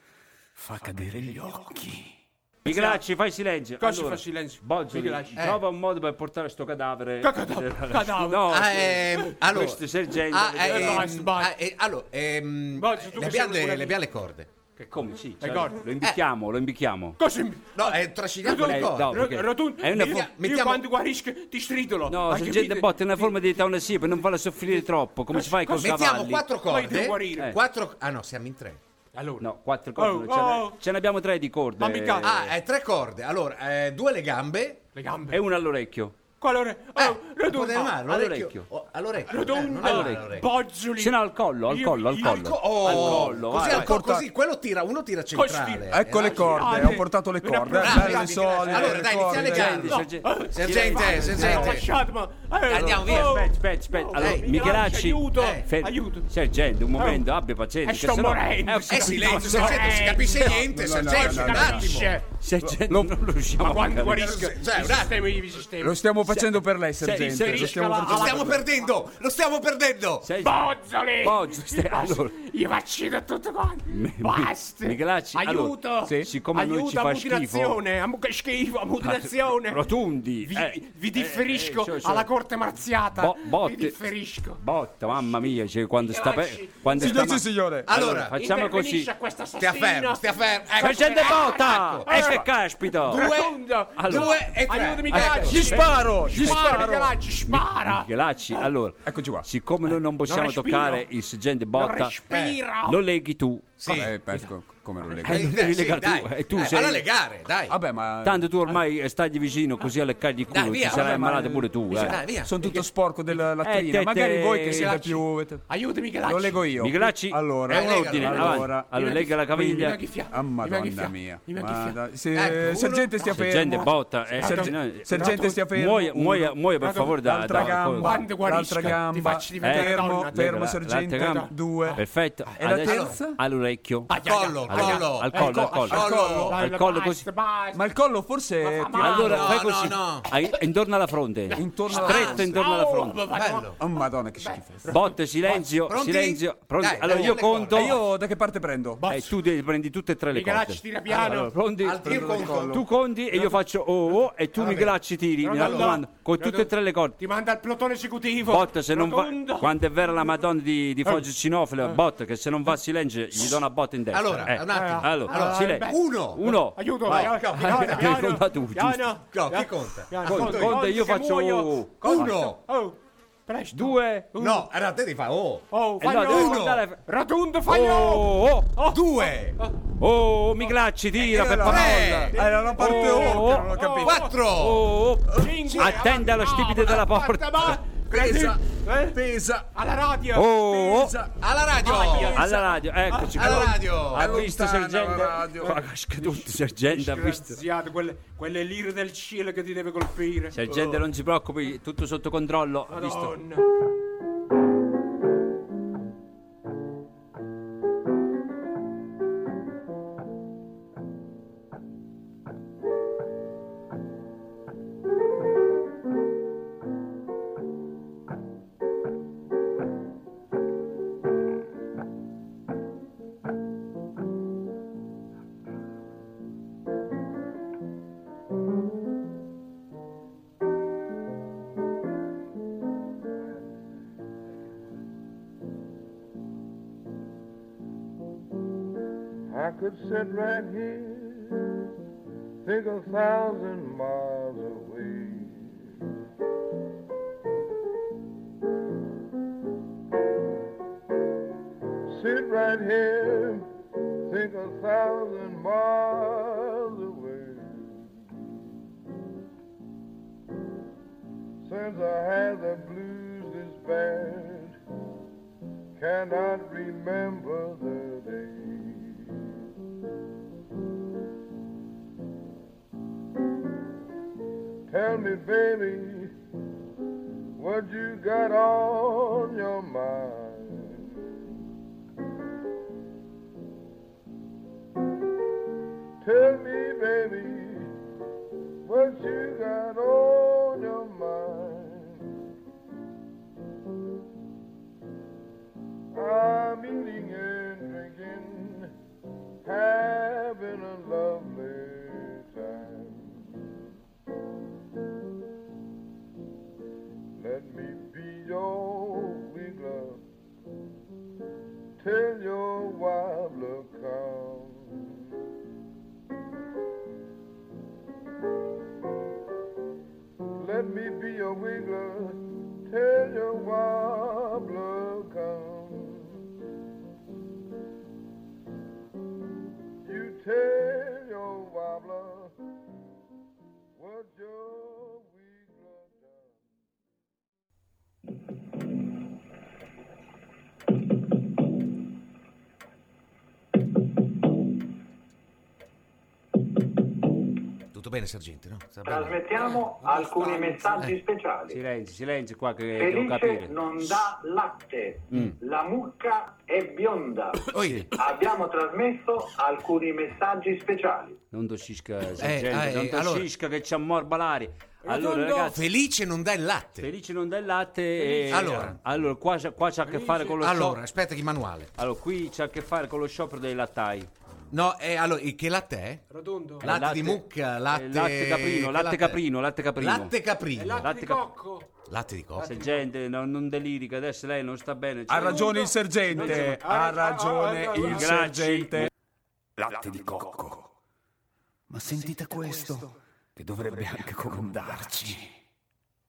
Speaker 10: Fa cadere gli occhi.
Speaker 2: Michelacci, fai silenzio.
Speaker 7: Cosa fa silenzio?
Speaker 2: Bozzoli,
Speaker 7: Michelacci.
Speaker 2: trova un modo per portare sto cadavere.
Speaker 7: Che cadavere? Cadavere?
Speaker 2: No,
Speaker 3: Ah,
Speaker 2: sì.
Speaker 3: ehm, allora,
Speaker 2: Questo sergente.
Speaker 3: Ah,
Speaker 7: eh,
Speaker 3: ehm,
Speaker 7: basta, basta.
Speaker 3: ah, eh, allora, ehm,
Speaker 7: Basta, tu
Speaker 3: le
Speaker 7: che sei
Speaker 3: abbiamo
Speaker 7: un
Speaker 3: le,
Speaker 7: buon
Speaker 3: le abbiamo le corde.
Speaker 2: Che come sì, certo.
Speaker 7: Ricordi?
Speaker 2: lo imbicchiamo, lo imbicchiamo.
Speaker 7: Così,
Speaker 3: No, è un trascinato
Speaker 2: Eh,
Speaker 3: di cose.
Speaker 2: no, perché-
Speaker 7: rotondo.
Speaker 2: è una
Speaker 7: Io-
Speaker 2: fo-
Speaker 3: mettiamo-
Speaker 7: Io quando guarisco ti stridolo.
Speaker 2: No,
Speaker 7: Hai
Speaker 2: se
Speaker 7: capito?
Speaker 2: gente botta è una forma di taunasia per non farla soffrire troppo, come si fa con i
Speaker 3: Mettiamo
Speaker 2: cavalli?
Speaker 3: quattro
Speaker 7: Poi devo
Speaker 3: corde.
Speaker 7: guarire.
Speaker 2: Eh.
Speaker 3: Quattro... Ah no, siamo in tre.
Speaker 7: Allora,
Speaker 2: No, quattro corde,
Speaker 7: Oh,
Speaker 2: non ce, ne-
Speaker 7: oh.
Speaker 2: ce ne abbiamo tre di corde.
Speaker 7: Ma mica-
Speaker 3: Ah, è tre corde. Allora, eh, due alle gambe.
Speaker 7: le gambe.
Speaker 2: E una all'orecchio.
Speaker 7: Quale ore?
Speaker 3: Eh,
Speaker 7: Oh, rotondo.
Speaker 3: poteva male,
Speaker 2: all'orecchio.
Speaker 3: Oh, All'orecchio. Eh,
Speaker 7: Rotondo.
Speaker 3: non è male all'orecchio.
Speaker 7: Bozzoli.
Speaker 2: Se no al collo, al
Speaker 7: Io-
Speaker 2: collo, al
Speaker 7: io-
Speaker 2: collo.
Speaker 3: Co- oh,
Speaker 2: Al collo,
Speaker 3: così,
Speaker 2: vai.
Speaker 3: al collo,
Speaker 7: Porta-
Speaker 3: così, quello tira, uno tira centrale.
Speaker 7: Così.
Speaker 11: Ecco le corde, ho portato le corde.
Speaker 7: Una
Speaker 11: Belle,
Speaker 3: brava-
Speaker 11: solide.
Speaker 3: Allora,
Speaker 11: le
Speaker 3: dai,
Speaker 11: corde.
Speaker 3: iniziale gambe.
Speaker 2: Sergente, sergente.
Speaker 7: Oh,
Speaker 3: Sergente, sergente.
Speaker 7: Lasciate, ma... eh,
Speaker 3: Andiamo via.
Speaker 7: oh.
Speaker 2: Aspetta, aspetta, aspetta.
Speaker 7: No,
Speaker 2: Allora,
Speaker 3: eh,
Speaker 2: Michelacci,
Speaker 7: aiuto,
Speaker 2: eh, fermi.
Speaker 7: aiuto.
Speaker 2: Sergente, un momento,
Speaker 7: Oh.
Speaker 2: abbia pazienza.
Speaker 7: Eh,
Speaker 2: che
Speaker 7: sto
Speaker 2: sennò-
Speaker 7: morendo.
Speaker 2: Eh,
Speaker 3: Eh, silenzio,
Speaker 7: No,
Speaker 3: sergente, non si
Speaker 7: eh,
Speaker 3: capisce
Speaker 7: no,
Speaker 3: niente,
Speaker 12: no, no,
Speaker 3: sergente,
Speaker 12: no,
Speaker 3: un
Speaker 12: no,
Speaker 3: attimo.
Speaker 7: Capisce?
Speaker 2: Sergente, non lo riusciamo
Speaker 7: Ma
Speaker 2: a
Speaker 7: quando
Speaker 2: capire.
Speaker 7: guarisco,
Speaker 3: Cioè,
Speaker 7: il
Speaker 3: un
Speaker 7: sistema di sistema.
Speaker 11: Lo stiamo facendo per lei,
Speaker 2: se-
Speaker 11: sergente.
Speaker 2: se-
Speaker 11: lo stiamo
Speaker 7: alla-
Speaker 11: facendo
Speaker 3: Lo
Speaker 7: alla-
Speaker 3: stiamo perdendo, lo stiamo perdendo.
Speaker 2: Sei-
Speaker 7: Bozzoli!
Speaker 2: Bozzo, stai- allora.
Speaker 7: Io vaccino tutti quanti! Basta!
Speaker 2: Michelacci,
Speaker 7: Aiuto!
Speaker 2: allora, sì. siccome a noi
Speaker 7: Aiuto
Speaker 2: ci
Speaker 7: a
Speaker 2: fa
Speaker 7: mutilazione! A mu- che schifo, a mutilazione!
Speaker 2: Rotundi.
Speaker 7: Vi,
Speaker 2: eh,
Speaker 7: vi
Speaker 2: eh,
Speaker 7: differisco
Speaker 2: eh, cioè, cioè,
Speaker 7: alla corte marziata!
Speaker 2: bo- botte.
Speaker 7: vi differisco!
Speaker 2: Botta, mamma mia, cioè, quando sta... pe-
Speaker 7: Michelacci.
Speaker 2: Quando sta
Speaker 11: Signor
Speaker 2: ma-
Speaker 11: sì, signore.
Speaker 3: Allora,
Speaker 2: Facciamo
Speaker 7: Intervenisci
Speaker 2: così.
Speaker 7: a questa
Speaker 3: stia
Speaker 7: assassina!
Speaker 3: fermo, stia fermo. Ecco,
Speaker 2: Sergente
Speaker 3: ecco,
Speaker 2: Botta! E che caspita! Ecco,
Speaker 7: Due,
Speaker 2: Allora.
Speaker 3: due e tre.
Speaker 7: Aiuto Michelacci!
Speaker 11: Gli sparo! Gli
Speaker 7: Spara,
Speaker 11: sparo!
Speaker 7: Michelacci, spara!
Speaker 2: Michelacci, allora,
Speaker 11: Eccoci qua.
Speaker 2: siccome noi non possiamo
Speaker 7: respiro.
Speaker 2: toccare il sergente
Speaker 7: Non
Speaker 2: Botta,
Speaker 7: respira!
Speaker 2: lo leghi tu.
Speaker 3: Sì.
Speaker 12: Eh,
Speaker 11: ecco,
Speaker 12: pesco, come lo leggo?
Speaker 2: Eh,
Speaker 3: Eh,
Speaker 2: non
Speaker 3: dai,
Speaker 2: devi
Speaker 3: sì,
Speaker 2: legare tu,
Speaker 3: dai.
Speaker 2: eh, tu
Speaker 3: Eh,
Speaker 2: sei-
Speaker 3: Valla a legare, dai.
Speaker 12: Vabbè, ma
Speaker 2: Tanto tu ormai eh, stagli vicino così a leccargli il culo,
Speaker 3: Dai, via,
Speaker 2: ti sarai
Speaker 3: vabbè, ma-
Speaker 2: ammalato pure tu. eh.
Speaker 3: Dai, via.
Speaker 11: Sono tutto sporco della
Speaker 2: Eh,
Speaker 11: latrina.
Speaker 2: te-
Speaker 11: Magari
Speaker 2: te-
Speaker 11: voi che siete
Speaker 2: Michelacci.
Speaker 11: più...
Speaker 7: Aiuto Michelacci!
Speaker 11: Lo leggo io.
Speaker 2: Michelacci,
Speaker 11: Allora,
Speaker 2: è un ordine,
Speaker 3: allora,
Speaker 2: avanti.
Speaker 11: allora.
Speaker 2: Allora, lega la caviglia.
Speaker 11: Ah, madonna mia.
Speaker 7: Mi
Speaker 11: Guarda, se-
Speaker 3: Ecco, uno-
Speaker 11: sergente stia fermo.
Speaker 2: Sergente Botta, eh,
Speaker 11: Serge-
Speaker 2: no,
Speaker 11: sergente stia fermo.
Speaker 2: muoia, muoia,
Speaker 11: Uno.
Speaker 2: muoia per favore da,
Speaker 11: L'altra
Speaker 2: da
Speaker 11: gamba.
Speaker 7: Quando guarisca,
Speaker 11: L'altra
Speaker 7: ti
Speaker 11: gamba.
Speaker 7: faccio diventare
Speaker 11: Fermo,
Speaker 7: donna.
Speaker 11: fermo,
Speaker 2: Lega la-
Speaker 11: sergente.
Speaker 2: l'altra gamba.
Speaker 11: Due.
Speaker 2: Perfetto.
Speaker 11: E la
Speaker 2: Adesso
Speaker 11: terza? Ah,
Speaker 2: All'orecchio.
Speaker 3: Collo,
Speaker 2: Allora,
Speaker 3: collo.
Speaker 2: al
Speaker 7: Ecco,
Speaker 2: collo, al collo.
Speaker 3: al collo.
Speaker 2: Al collo così.
Speaker 11: Ma il collo forse è più...
Speaker 2: Allora,
Speaker 3: No,
Speaker 2: fai
Speaker 3: no,
Speaker 2: così.
Speaker 3: no.
Speaker 2: Ai- intorno alla fronte.
Speaker 11: Intorno alla
Speaker 2: Stretto intorno alla fronte.
Speaker 3: Bello.
Speaker 11: Oh, madonna, che schifo.
Speaker 2: Botte, silenzio,
Speaker 3: Pronti?
Speaker 2: silenzio. pronti.
Speaker 3: Dai,
Speaker 2: allora
Speaker 3: dai,
Speaker 2: io
Speaker 3: alle corde.
Speaker 2: conto.
Speaker 11: E Eh, io da che parte prendo?
Speaker 2: Eh, tu devi- prendi tutte e tre le
Speaker 7: Michelacci
Speaker 2: corde.
Speaker 7: tira piano.
Speaker 2: Allora, pronti?
Speaker 3: Al tiro conto.
Speaker 2: Tu conti e io faccio oh oh e
Speaker 11: Ah,
Speaker 2: tu Michelacci tiri, mi
Speaker 7: Rotondo.
Speaker 2: raccomando, con tutte e tre le
Speaker 7: Ti
Speaker 2: corde.
Speaker 7: manda al plotone esecutivo.
Speaker 2: Botte se non va
Speaker 7: Rotondo.
Speaker 2: quando è vera la Madonna di,
Speaker 7: Eh.
Speaker 2: di Foggia Cinofila, botte che se non va a silenzio gli do una botta in destra.
Speaker 3: Allora,
Speaker 2: Eh,
Speaker 3: un attimo.
Speaker 2: Allora,
Speaker 3: Allora,
Speaker 2: silenzio.
Speaker 3: beh. Uno.
Speaker 2: Uno.
Speaker 7: Aiuto,
Speaker 3: Vai,
Speaker 7: vai,
Speaker 3: cavolo,
Speaker 7: piano,
Speaker 3: cavolo,
Speaker 7: piano,
Speaker 2: conta tu, giusto.
Speaker 7: piano,
Speaker 3: No, chi
Speaker 7: piano,
Speaker 3: conta?
Speaker 7: piano,
Speaker 2: Conta, conta,
Speaker 7: conta, conta,
Speaker 2: io
Speaker 7: che
Speaker 2: faccio-
Speaker 7: muoio.
Speaker 3: Uno.
Speaker 7: Oh, presto.
Speaker 2: Due.
Speaker 3: No, allora te ti fa oh.
Speaker 7: Oh,
Speaker 2: E no,
Speaker 7: fagliolo.
Speaker 2: devi
Speaker 3: Uno.
Speaker 2: contare.
Speaker 7: Rotondo, fagliolo.
Speaker 2: Oh oh.
Speaker 3: Due.
Speaker 2: Oh, oh Michelacci
Speaker 3: Eh,
Speaker 2: tira per parola.
Speaker 3: Tre.
Speaker 11: Era la Eh, parte
Speaker 2: Oh,
Speaker 11: oh,
Speaker 2: oh,
Speaker 11: non ho capito.
Speaker 3: Quattro.
Speaker 2: Oh, oh.
Speaker 7: Cinque.
Speaker 2: Attende allo stipite della porta.
Speaker 7: Ma,
Speaker 11: Pesa,
Speaker 7: eh,
Speaker 11: pesa,
Speaker 7: alla radio.
Speaker 2: Oh, oh.
Speaker 11: pesa.
Speaker 3: oh. Alla radio.
Speaker 2: Alla radio, eccoci
Speaker 3: Alla
Speaker 2: qua.
Speaker 3: radio.
Speaker 2: Ha visto
Speaker 11: Allontana
Speaker 2: sergente?
Speaker 11: la radio.
Speaker 2: Qua casca tutto, sergente ha visto.
Speaker 7: Disgraziato, quelle, quelle lire del cielo che ti deve colpire.
Speaker 2: Sergente, non si preoccupi, tutto sotto controllo. ha Visto?
Speaker 7: Madonna.
Speaker 13: I could sit right here, think a thousand miles away. Sit right here, think a thousand miles away. Since I had the blues this bad, cannot remember the day. Tell me, baby, what you got on your mind. Tell me, baby, what you got on your mind. I'm eating and drinking, having a lovely time. Let me be your wiggler till your wobbler comes.
Speaker 8: your wobbler comes. You tell your wobbler what your wiggler does.
Speaker 3: Tutto bene, sergente, no? Sta bene?
Speaker 14: Trasmettiamo
Speaker 2: Eh,
Speaker 14: alcuni messaggi speciali.
Speaker 2: Silenzio, silenzio qua che Eh, devo
Speaker 14: Felice
Speaker 2: capire. Mm.
Speaker 14: non dà latte, la mucca è bionda.
Speaker 3: Oi.
Speaker 14: Abbiamo trasmesso alcuni messaggi speciali.
Speaker 2: Non tossisca, sergente,
Speaker 3: eh,
Speaker 2: non
Speaker 3: allora-
Speaker 2: tossisca che c'è morba l'aria. Allora,
Speaker 7: Rotondo,
Speaker 2: ragazzi,
Speaker 3: Felice non dà il latte.
Speaker 2: felice non del latte. e-
Speaker 3: Allora.
Speaker 2: allora, qua, c'ha- qua c'ha a che fare con lo
Speaker 3: Allora,
Speaker 2: sciopero.
Speaker 3: aspetta che manuale.
Speaker 2: Allora, qui c'ha a che fare con lo sciopero dei lattai.
Speaker 3: No, eh, allora, il- che latte è?
Speaker 7: Rotondo.
Speaker 3: Latte, di mucca, latte...
Speaker 2: eh, latte caprino,
Speaker 3: che
Speaker 2: latte caprino, latte caprino.
Speaker 3: Latte caprino.
Speaker 7: E latte,
Speaker 2: Latte
Speaker 7: di
Speaker 2: cap-
Speaker 7: cocco.
Speaker 3: Latte di cocco.
Speaker 2: Sergente, no- non deliri che adesso lei non sta bene.
Speaker 4: Ha
Speaker 2: Cioè,
Speaker 4: ragione il sergente, ha ragione il
Speaker 2: Grazie.
Speaker 4: sergente.
Speaker 6: Latte di cocco. Ma sentite questo, che dovrebbe anche comandarci.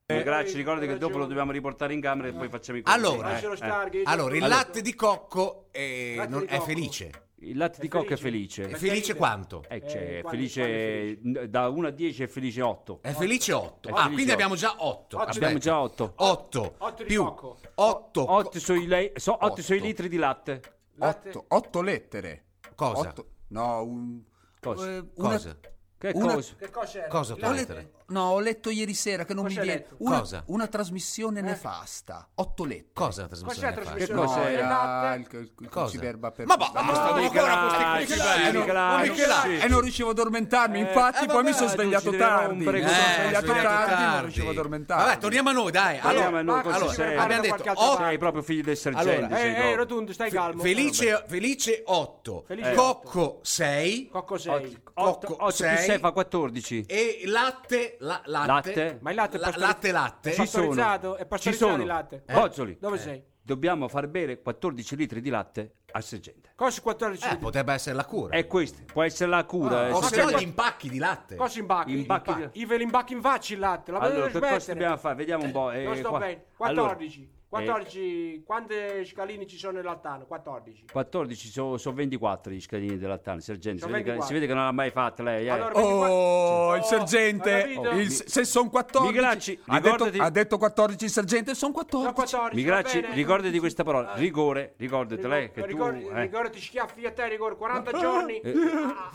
Speaker 2: Grazie, ricordi che dopo lo dobbiamo riportare in camera e poi facciamo i conti.
Speaker 3: Allora,
Speaker 2: Eh,
Speaker 7: Lascialo
Speaker 2: eh.
Speaker 7: stare, che-
Speaker 3: Allora, il latte di cocco è,
Speaker 7: Latte
Speaker 3: non-
Speaker 7: di
Speaker 3: è
Speaker 7: cocco.
Speaker 3: felice.
Speaker 2: Il latte di cocco è felice.
Speaker 3: È
Speaker 7: Perché
Speaker 3: felice
Speaker 7: ride?
Speaker 3: quanto?
Speaker 2: Eh, cioè,
Speaker 7: Eh,
Speaker 2: è
Speaker 7: quando-
Speaker 2: felice n- da 1 a 10 è felice 8.
Speaker 3: È felice 8.
Speaker 2: È
Speaker 3: Ah,
Speaker 2: felice
Speaker 3: quindi
Speaker 2: otto.
Speaker 3: abbiamo già 8.
Speaker 7: Otto.
Speaker 2: Abbiamo già 8.
Speaker 3: 8
Speaker 7: Otto di
Speaker 3: più
Speaker 7: cocco.
Speaker 3: 8
Speaker 2: 8 sui, lei- so- otto
Speaker 5: Otto.
Speaker 2: sui litri di latte.
Speaker 7: Latte-
Speaker 5: 8, 8 lettere.
Speaker 3: Cosa?
Speaker 5: Otto- no, un-
Speaker 2: Cosa?
Speaker 5: eh, una-
Speaker 3: cosa?
Speaker 2: Che
Speaker 5: una-
Speaker 2: cosa?
Speaker 7: Che cos'è?
Speaker 3: Cosa
Speaker 5: ho
Speaker 3: otto
Speaker 5: letto-
Speaker 3: lettere?
Speaker 5: no, ho letto ieri sera che non
Speaker 7: Cosa
Speaker 5: mi
Speaker 7: hai
Speaker 5: viene
Speaker 7: letto?
Speaker 5: una,
Speaker 3: Cosa?
Speaker 5: una trasmissione nefasta. 8 lettere.
Speaker 3: Cosa la trasmissione
Speaker 7: Cos'è la
Speaker 3: fa?
Speaker 7: trasmissione?
Speaker 2: Che cos'è?
Speaker 5: era
Speaker 7: latte?
Speaker 5: il, il, il
Speaker 3: Cosa?
Speaker 5: ciberba per
Speaker 3: Ma va-
Speaker 5: la-
Speaker 3: ma stavo
Speaker 2: Michelacci,
Speaker 3: ancora con questi
Speaker 2: vai,
Speaker 3: Eh, no,
Speaker 2: Michelacci.
Speaker 3: oh, Michelacci.
Speaker 5: E non riuscivo ad addormentarmi, infatti
Speaker 3: eh,
Speaker 5: poi
Speaker 3: vabbè,
Speaker 5: mi sono
Speaker 3: tu
Speaker 5: svegliato
Speaker 2: ci devi
Speaker 5: tardi.
Speaker 2: rompere,
Speaker 5: Mi
Speaker 2: Eh,
Speaker 5: sono
Speaker 2: sono
Speaker 5: svegliato
Speaker 3: svegliato
Speaker 5: tardi, non
Speaker 3: tardi.
Speaker 5: riuscivo ad addormentarmi.
Speaker 3: Vabbè, torniamo a noi, dai.
Speaker 2: Allora,
Speaker 3: Allora,
Speaker 2: noi
Speaker 7: Marco,
Speaker 2: cosa
Speaker 7: ci
Speaker 2: sei?
Speaker 7: prepara
Speaker 3: abbiamo detto
Speaker 7: qualche altra
Speaker 3: otto-
Speaker 2: Sei
Speaker 7: parte.
Speaker 2: proprio figlio del sergente. sei
Speaker 3: Allora,
Speaker 7: oh, Eh, eh,
Speaker 2: proprio.
Speaker 7: Rotondo, stai calmo.
Speaker 3: felice, felice 8.
Speaker 7: Felice
Speaker 3: Cocco 6.
Speaker 7: Cocco sei.
Speaker 2: Otto-
Speaker 3: Cocco
Speaker 2: otto più
Speaker 3: sei.
Speaker 2: 6 fa 14.
Speaker 3: E latte, la- latte,
Speaker 2: Latte.
Speaker 7: Ma il latte è
Speaker 3: la-
Speaker 7: pastori-
Speaker 3: latte, latte.
Speaker 7: È
Speaker 2: Ci sono.
Speaker 7: pastorizzato? È
Speaker 2: Ci
Speaker 7: pastorizzato
Speaker 2: sono.
Speaker 7: il latte? Eh.
Speaker 2: Bozzoli,
Speaker 7: Dove sei?
Speaker 2: dobbiamo far bere 14 litri di latte al sergente.
Speaker 7: Cosa 14
Speaker 3: Eh, potrebbe essere la cura.
Speaker 2: E questo può essere la
Speaker 7: Ah,
Speaker 2: cura. eh,
Speaker 3: o se
Speaker 2: sergente.
Speaker 3: no gli impacchi di latte.
Speaker 7: Cosa imbacchi?
Speaker 2: Imbacchi-
Speaker 7: Imbacchi. Ive l'imbacchi in faccia il latte. La
Speaker 2: Allora,
Speaker 7: allora,
Speaker 2: che
Speaker 7: smettere.
Speaker 2: cosa dobbiamo fare? Vediamo un po'. eh,
Speaker 7: non sto
Speaker 2: qua-
Speaker 7: bene.
Speaker 2: Allora, eh,
Speaker 7: 14. 14. Quante scalini ci sono nell'altano? 14.
Speaker 2: 14 sono 24 gli scalini del lattano, sergente. Si
Speaker 7: Sono
Speaker 2: vede, che,
Speaker 7: 24.
Speaker 2: si vede che non l'ha mai fatto lei. eh.
Speaker 7: Allora,
Speaker 4: Oh,
Speaker 7: 24
Speaker 4: il
Speaker 7: Oh,
Speaker 4: sergente,
Speaker 7: ho capito.
Speaker 4: il- se sono 14,
Speaker 2: Michelacci,
Speaker 4: ha detto,
Speaker 2: ricordati-
Speaker 4: ha detto 14 il sergente, sono
Speaker 7: Sono
Speaker 4: 14.
Speaker 7: 14.
Speaker 2: Migracci,
Speaker 7: va bene.
Speaker 2: ricordati questa parola,
Speaker 7: Ah,
Speaker 2: rigore, ricordati
Speaker 7: ricor-
Speaker 2: lei che tu...
Speaker 7: ricor-
Speaker 2: eh.
Speaker 7: Ricordati schiaffi a te, ricor 40 giorni.
Speaker 2: Eh.
Speaker 7: a-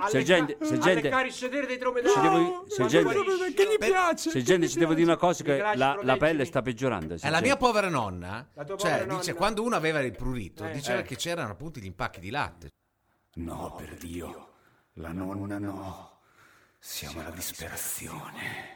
Speaker 7: a- a-
Speaker 2: Sergente,
Speaker 7: a lecca-
Speaker 2: sergente.
Speaker 7: A leccare il sedere dei dromedari.
Speaker 2: Ci devo-
Speaker 7: Quando
Speaker 2: sergente.
Speaker 7: guarisci,
Speaker 4: Che gli
Speaker 7: no?
Speaker 4: piace?
Speaker 2: Sergente, ci devo dire una cosa, che
Speaker 7: Migracci,
Speaker 2: la, la
Speaker 7: proteggimi.
Speaker 2: pelle sta peggiorando.
Speaker 3: Eh, la
Speaker 2: sergente.
Speaker 3: mia povera nonna,
Speaker 7: La tua
Speaker 3: cioè,
Speaker 7: povera
Speaker 3: dice,
Speaker 7: nonna.
Speaker 3: quando uno aveva il prurito,
Speaker 7: Eh.
Speaker 3: diceva
Speaker 2: Eh.
Speaker 3: che c'erano appunto gli impacchi di latte.
Speaker 6: No, per Dio, la nonna no. Siamo alla disperazione.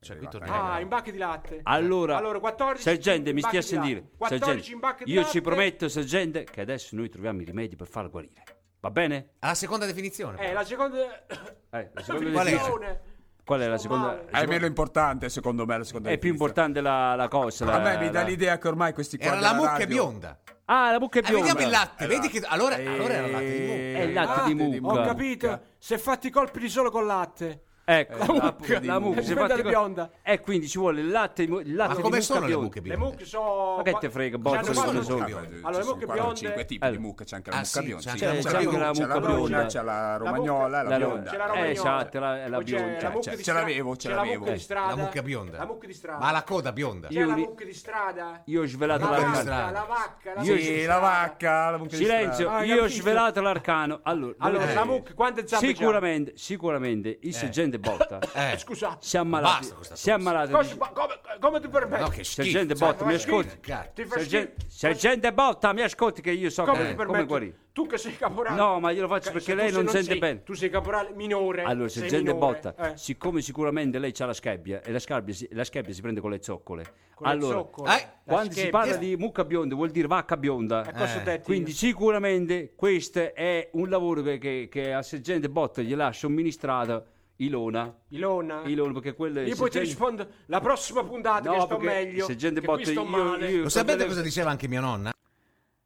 Speaker 3: Cioè, qui torniamo.
Speaker 7: Ah, in bacche di latte.
Speaker 2: Eh, Allora,
Speaker 7: Allora, 14
Speaker 2: sergente, mi
Speaker 7: in
Speaker 2: stia a
Speaker 7: bacche di
Speaker 2: sentire.
Speaker 7: latte. 14
Speaker 2: Sergente,
Speaker 7: in bacche di
Speaker 2: io
Speaker 7: latte.
Speaker 2: ci prometto, sergente, che adesso noi troviamo i rimedi per farla guarire. Va bene?
Speaker 3: Alla seconda definizione.
Speaker 7: Ah, Eh,
Speaker 3: però.
Speaker 7: la seconda...
Speaker 2: Eh, la seconda
Speaker 3: Qual
Speaker 2: definizione-
Speaker 3: era?
Speaker 7: definizione.
Speaker 2: Qual è la
Speaker 7: Sto
Speaker 2: seconda?
Speaker 7: male.
Speaker 4: È meno importante secondo me la seconda
Speaker 2: È più
Speaker 4: definizione.
Speaker 2: importante Eh, la,
Speaker 3: Ah,
Speaker 2: la cosa. La,
Speaker 4: A me mi dà
Speaker 2: la-
Speaker 4: l'idea che ormai questi qua
Speaker 3: Era la
Speaker 4: della
Speaker 3: mucca
Speaker 4: radio-
Speaker 3: bionda.
Speaker 2: Ah, la bocca è
Speaker 3: Eh,
Speaker 2: bionda.
Speaker 3: vediamo il latte. Vedi che allora,
Speaker 7: Eh,
Speaker 3: allora era il latte di
Speaker 2: Esatto.
Speaker 3: mucca.
Speaker 2: È Eh, il latte
Speaker 7: Ah,
Speaker 2: di
Speaker 4: latte di
Speaker 2: mucca.
Speaker 7: Ho capito. Si è fatti i colpi di solo col latte.
Speaker 2: Ecco,
Speaker 4: Eh,
Speaker 2: la
Speaker 4: latte
Speaker 2: mucca.
Speaker 4: di
Speaker 2: La
Speaker 4: mucca.
Speaker 2: mucca. si è
Speaker 7: Quella
Speaker 2: fatta-
Speaker 7: bionda.
Speaker 2: Eh, quindi ci vuole il latte, il latte
Speaker 3: Ma
Speaker 2: di
Speaker 3: come
Speaker 2: mucca
Speaker 3: sono le
Speaker 2: bionda.
Speaker 3: mucche
Speaker 7: Le
Speaker 3: bionde?
Speaker 7: mucche sono...
Speaker 2: Ma che te frega, boh,
Speaker 7: C'hanno
Speaker 2: cosa
Speaker 7: quattro-
Speaker 2: sono
Speaker 5: sono
Speaker 2: solo?
Speaker 5: bionde? Ci
Speaker 7: Allora,
Speaker 5: sono
Speaker 7: le mucche
Speaker 5: 45
Speaker 7: bionde-
Speaker 5: tipi di
Speaker 2: Eh.
Speaker 5: mucche, c'è anche la
Speaker 3: Ah,
Speaker 5: mucca
Speaker 3: sì,
Speaker 5: bionda.
Speaker 3: c'è
Speaker 5: sì.
Speaker 3: anche la
Speaker 5: C'è
Speaker 3: mucca
Speaker 5: la bionda,
Speaker 3: bionda.
Speaker 5: c'è la
Speaker 7: La
Speaker 5: bruna,
Speaker 7: bionda.
Speaker 5: c'è la
Speaker 7: La
Speaker 5: romagnola, la
Speaker 2: La ro-
Speaker 5: bionda.
Speaker 7: C'è la
Speaker 2: Eh,
Speaker 7: romagnola.
Speaker 2: esatto, la- la
Speaker 7: Poi c'è
Speaker 2: bionda.
Speaker 7: la mucca
Speaker 5: Cioè,
Speaker 7: di
Speaker 5: ce
Speaker 7: stra-
Speaker 5: l'avevo, ce
Speaker 7: c'è la
Speaker 5: l'avevo.
Speaker 7: mucca di strada.
Speaker 3: La mucca bionda.
Speaker 7: La mucca di strada.
Speaker 3: Ma la coda bionda.
Speaker 7: C'è
Speaker 2: Io-
Speaker 7: la mucca di strada.
Speaker 2: Io ho svelato
Speaker 7: La
Speaker 3: mucca di
Speaker 2: l'arcano.
Speaker 3: strada.
Speaker 7: vacca, la vacca.
Speaker 2: Io-
Speaker 7: mucca di
Speaker 4: Sì, la
Speaker 7: strada.
Speaker 4: vacca,
Speaker 5: esatto.
Speaker 4: la mucca di
Speaker 2: Silenzio,
Speaker 4: strada.
Speaker 7: Ah,
Speaker 2: io ho
Speaker 7: capito.
Speaker 2: svelato l'arcano. Allora,
Speaker 7: Allora,
Speaker 2: eh,
Speaker 7: la mucca, quante zampe c'ha?
Speaker 2: sicuramente, sicuramente il sergente Botta
Speaker 3: Eh.
Speaker 7: Scusate.
Speaker 2: si è
Speaker 3: Basta
Speaker 2: ammalato.
Speaker 3: questa
Speaker 2: Si è ammalato.
Speaker 7: Cosa-
Speaker 2: di-
Speaker 7: ma come, come ti permetti?
Speaker 3: No, che schifo.
Speaker 2: Sergente
Speaker 3: cioè,
Speaker 2: Botta, mi
Speaker 7: ma
Speaker 2: ascolti?
Speaker 7: schifo. eh. Ti fa
Speaker 2: Sergente,
Speaker 7: schifo.
Speaker 2: sergente Botta, mi ascolti che io so
Speaker 7: Come
Speaker 2: che-
Speaker 7: ti
Speaker 2: come
Speaker 7: permetti?
Speaker 2: guarì.
Speaker 7: Tu che sei caporale.
Speaker 2: No, ma io lo faccio
Speaker 7: Cioè,
Speaker 2: perché
Speaker 7: se tu
Speaker 2: lei
Speaker 7: se
Speaker 2: non sente
Speaker 7: sei-
Speaker 2: bene.
Speaker 7: Tu sei caporale minore.
Speaker 2: Allora,
Speaker 7: sei
Speaker 2: sergente
Speaker 7: minore,
Speaker 2: Botta,
Speaker 7: eh.
Speaker 2: siccome sicuramente lei ha la scabbia e la scabbia si, la scabbia si prende con le zoccole.
Speaker 7: Con le
Speaker 2: allora,
Speaker 7: zoccole,
Speaker 3: eh,
Speaker 7: la
Speaker 2: quando si
Speaker 7: schiena.
Speaker 2: parla di mucca bionda vuol dire vacca
Speaker 7: Eh,
Speaker 2: bionda.
Speaker 7: cosa ho
Speaker 3: Eh.
Speaker 7: detto
Speaker 2: Quindi
Speaker 7: io?
Speaker 2: sicuramente questo è un lavoro che, che, che al sergente Botta gliel'ha somministrato Ilona.
Speaker 7: Ilona.
Speaker 2: Ilona perché quello è
Speaker 7: Io poi ti rispondo la prossima puntata
Speaker 2: No,
Speaker 7: che sto
Speaker 2: perché
Speaker 7: meglio.
Speaker 2: se gente
Speaker 7: che qui
Speaker 2: botte
Speaker 7: sto
Speaker 2: io-
Speaker 7: male.
Speaker 2: io-
Speaker 3: Lo sapete cosa diceva anche mia nonna?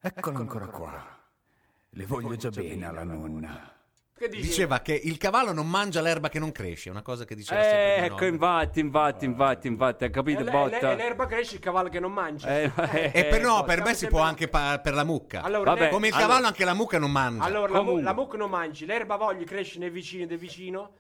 Speaker 6: Eccola ancora qua. Le voglio già bene alla nonna.
Speaker 7: Che dici?
Speaker 3: Diceva che il cavallo non mangia l'erba che non cresce, è una cosa che
Speaker 7: Eh,
Speaker 3: diceva sempre mio
Speaker 2: Ecco,
Speaker 3: nonno.
Speaker 2: infatti, infatti, infatti, infatti, hai capito,
Speaker 7: E le-
Speaker 2: botta?
Speaker 7: e l'erba cresce il cavallo che non mangia.
Speaker 2: Eh, eh,
Speaker 3: E per, no,
Speaker 7: eh,
Speaker 3: per me si può anche pa- per la mucca.
Speaker 7: Allora, Vabbè,
Speaker 3: Come il
Speaker 7: allora-
Speaker 3: cavallo, anche la mucca non mangia.
Speaker 7: Allora, la, mu- la mucca non mangi, l'erba voglio cresce nel vicino del vicino.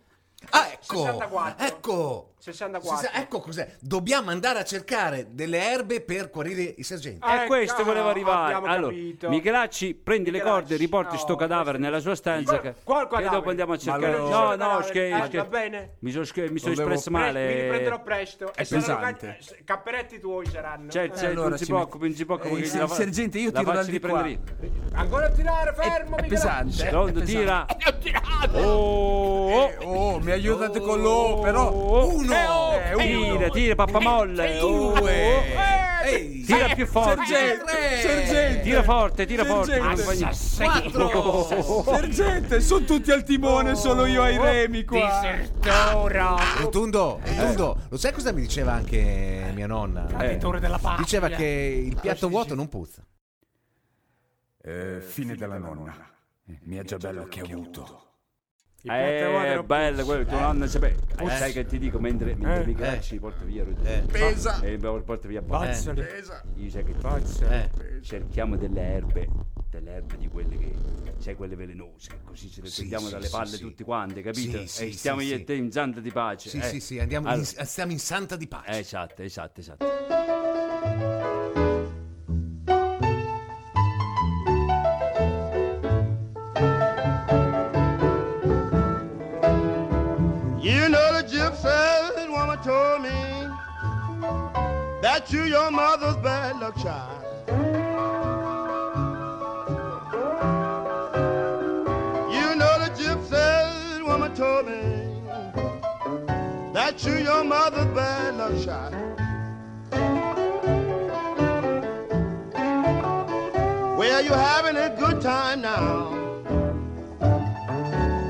Speaker 3: Ah, ecco,
Speaker 7: 64.
Speaker 3: ecco.
Speaker 7: 64.
Speaker 3: Sì, sì, ecco cos'è. Dobbiamo andare a cercare delle erbe per guarire i sergenti.
Speaker 2: e
Speaker 7: Eh, Ecco,
Speaker 2: questo voleva arrivare. Allora, Michelacci, prendi le corde, riporti sto cadavere nella sua stanza. Che, che
Speaker 7: qual cadavere?
Speaker 2: dopo andiamo a
Speaker 7: Ma
Speaker 2: cercare.
Speaker 7: lo-
Speaker 2: No,
Speaker 7: Cadavere,
Speaker 2: no, scherzo.
Speaker 7: eh, va
Speaker 2: scherzo.
Speaker 7: bene.
Speaker 2: Mi sono mi sono
Speaker 7: Volevo-
Speaker 2: espresso
Speaker 7: Pre-
Speaker 2: male.
Speaker 7: Mi riprenderò presto.
Speaker 2: È
Speaker 7: E saranno
Speaker 2: pesante.
Speaker 7: ca- s- Capperetti tuoi saranno. Eh.
Speaker 2: Cioè, cioè, non si preoccupi, non si preoccupi. che la fa- la faccio riprendere io.
Speaker 7: Ancora a tirare, fermo. È,
Speaker 5: Eh,
Speaker 2: Pronto, tira.
Speaker 5: Oh, oh, mi aiutate con l'O, però. Uno! Eh, uno.
Speaker 2: oh, Tira, tira, pappamolle. Due. Tira più forte.
Speaker 5: Sergente, sergente.
Speaker 2: Tira forte, tira forte. Ah,
Speaker 5: Sergente.
Speaker 2: compagni. oh.
Speaker 5: Quattro. Sergente, sono tutti al timone, solo io ai remi qua.
Speaker 7: oh.
Speaker 3: Rotundo,
Speaker 2: Eh.
Speaker 3: Rotundo, lo sai cosa mi diceva anche mia nonna? Eh.
Speaker 6: Traditore della patria.
Speaker 3: Diceva che
Speaker 2: Ah,
Speaker 3: il piatto vuoto non puzza.
Speaker 6: Eh, fine della nonna.
Speaker 3: Eh,
Speaker 6: Mia Giabella che ha avuto.
Speaker 2: Eh, bello quello, tuo nonno sapeva.
Speaker 6: Eh.
Speaker 2: Sai che ti dico, mentre, mentre
Speaker 6: Eh.
Speaker 2: Michelacci porta via Rotundo.
Speaker 3: Eh.
Speaker 6: Pesa.
Speaker 2: E porta via
Speaker 6: Pazza.
Speaker 2: Bozzoli.
Speaker 6: Pesa.
Speaker 2: Io sai che ti
Speaker 3: Eh.
Speaker 6: Pazza.
Speaker 2: dico, Cerchiamo delle erbe, delle erbe di quelle che, sai, quelle velenose, così ce le
Speaker 3: Sì,
Speaker 2: togliamo
Speaker 3: sì,
Speaker 2: dalle
Speaker 3: sì,
Speaker 2: palle
Speaker 3: sì.
Speaker 2: tutti quanti, capito?
Speaker 3: Sì, sì,
Speaker 2: e stiamo
Speaker 3: sì,
Speaker 2: io
Speaker 3: sì.
Speaker 2: e te in santa di pace.
Speaker 3: Sì,
Speaker 2: eh.
Speaker 3: sì, sì, andiamo in-
Speaker 2: Allora,
Speaker 3: stiamo in santa di pace.
Speaker 2: Esatto, esatto, esatto.
Speaker 15: You know the gypsy woman told me that you your mother's bad luck child. You know the gypsy woman told me that you your mother's bad luck child. Well, you having a good time now,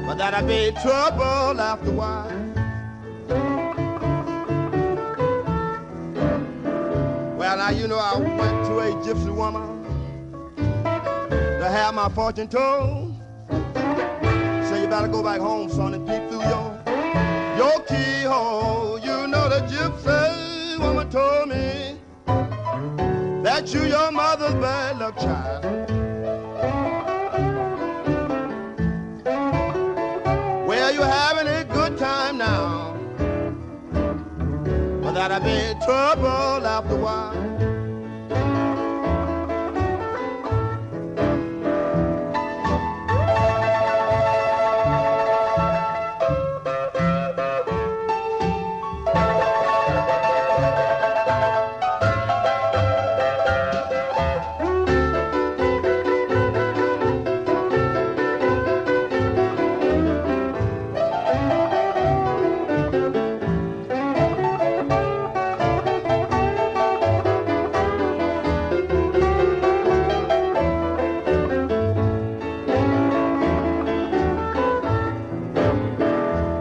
Speaker 15: but that'll be trouble after a while. Well, now you know I went to a gypsy woman to have my fortune told. Say you better go back home, son, and peep through your your keyhole. You know the gypsy woman told me that you your mother's bad luck child. Well, you having a good time now, but that'll be trouble after a while.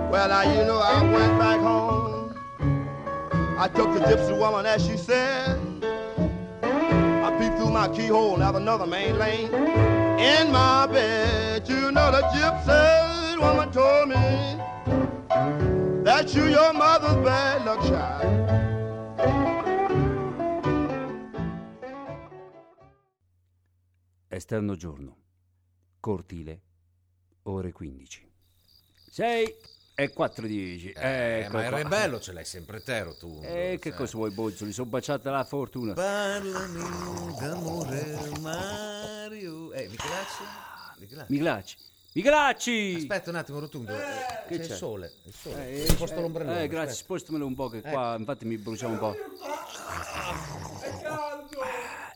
Speaker 15: Well, now you know I went back home. I took the gypsy woman as she said. I peeped through my keyhole and have another main lane in my bed. You know the gypsy woman told me that you your mother's bad luck child.
Speaker 2: Esterno giorno, cortile, ore 15. 6 e 4 10.
Speaker 3: Eh,
Speaker 2: Ecco
Speaker 3: ma il
Speaker 2: qua.
Speaker 3: rebello ce l'hai sempre te, Rotundo.
Speaker 2: E che
Speaker 3: sai.
Speaker 2: cosa vuoi, Bozzoli? Sono baciata la fortuna.
Speaker 3: Parlami d'amore, Mario. Eh, Michelacci? Michelacci?
Speaker 2: Miglacci. Miglacci!
Speaker 3: Aspetta un attimo, Rotundo. eh,
Speaker 2: Che
Speaker 3: c'è,
Speaker 2: c'è?
Speaker 3: il sole. Il sole.
Speaker 2: Eh,
Speaker 3: Sposto
Speaker 2: eh,
Speaker 3: l'ombrellone.
Speaker 2: eh, grazie,
Speaker 3: aspetta. Ecco.
Speaker 2: spostamelo un po' che qua infatti mi brucia un po'.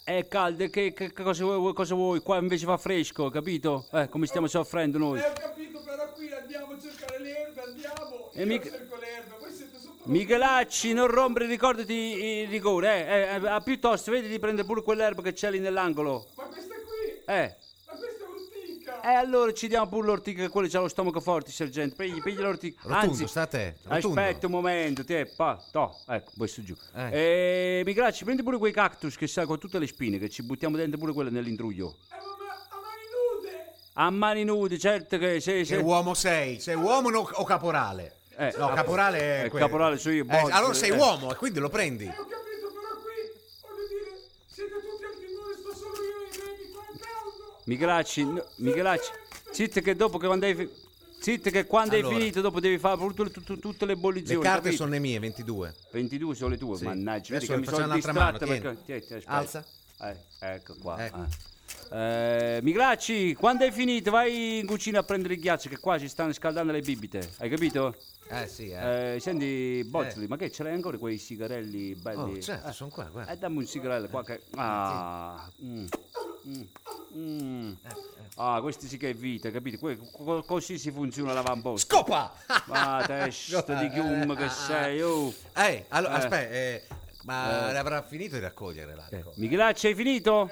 Speaker 2: È caldo, che, che- che cosa, vuoi, cosa vuoi? Qua invece fa fresco, capito? Eh, come stiamo soffrendo
Speaker 5: Eh,
Speaker 2: noi.
Speaker 8: ho capito, però qui andiamo a cercare le erbe, andiamo.
Speaker 2: E mica-
Speaker 8: cerco le erbe, voi siete sotto.
Speaker 2: Michelacci, non rompere, ricordati il rigore, eh, eh, eh, ah, piuttosto vedi di prendere pure quell'erba che c'è lì nell'angolo.
Speaker 8: Ma questa qui,
Speaker 2: Eh.
Speaker 8: ma questa è un'ortica.
Speaker 2: E Eh, allora ci diamo pure l'ortica, che quello c'ha lo stomaco forte, sergente. Pigli, pigli l'ortica.
Speaker 3: Rotundo,
Speaker 2: Anzi,
Speaker 3: sta a te. Rotundo.
Speaker 2: Aspetta un momento, te, pa, to, ecco, poi su giù.
Speaker 3: Eh.
Speaker 2: Eh, Michelacci, prendi pure quei cactus che sa con tutte le spine, che ci buttiamo dentro pure quelle nell'intruglio.
Speaker 8: Eh, ma ma- a mani nude.
Speaker 2: A mani nude, certo che sei.
Speaker 3: Che uomo sei? Sei uomo o, o caporale? no,
Speaker 2: cap-
Speaker 3: caporale
Speaker 2: eh,
Speaker 3: è quello.
Speaker 2: caporale sono io,
Speaker 3: Eh,
Speaker 2: Bozzi,
Speaker 3: allora sei
Speaker 2: eh.
Speaker 3: uomo e quindi lo prendi.
Speaker 16: ho capito, però qui, voglio dire, siete tutti al timone, sto solo io e i miei, qua è caldo.
Speaker 2: Michelacci, no, Michelacci, zitto che dopo che quando hai, fi- zitto che quando hai
Speaker 3: Allora.
Speaker 2: finito dopo devi fare pur- tu- tu- tutte le
Speaker 3: Le
Speaker 2: bollizioni.
Speaker 3: carte
Speaker 2: capito?
Speaker 3: sono le mie, 22.
Speaker 2: 22 sono le tue,
Speaker 3: Sì.
Speaker 2: mannaggia, vedi
Speaker 3: Adesso
Speaker 2: che mi
Speaker 3: facciamo
Speaker 2: sono
Speaker 3: un'altra
Speaker 2: distratto
Speaker 3: mano,
Speaker 2: perché...
Speaker 3: tieni.
Speaker 2: tieni, aspetta.
Speaker 3: Alza.
Speaker 2: Eh, ecco qua.
Speaker 3: Ecco.
Speaker 2: eh. Eh, Michelacci, quando hai finito vai in cucina a prendere il ghiaccio che qua ci stanno scaldando le bibite, hai capito?
Speaker 3: Eh sì,
Speaker 2: Eh, senti, Bozzoli, ma che ce l'hai ancora quei sigarelli belli?
Speaker 3: Oh, certo, Eh,
Speaker 2: Eh,
Speaker 3: sono qua, guarda.
Speaker 2: Eh, dammi un sigarello qua che... Ah, mm, mm,
Speaker 3: Eh,
Speaker 2: mm. Ah, questi sì che è vita, capito? Que- co- così si funziona la vamposta.
Speaker 3: Scopa!
Speaker 2: eh, Ma testa di chium che sei, oh!
Speaker 3: Eh, allora,
Speaker 2: Eh.
Speaker 3: aspetta, eh, ma
Speaker 2: Eh.
Speaker 3: avrà finito di raccogliere l'alcol?
Speaker 2: Michelacci, Eh. hai finito?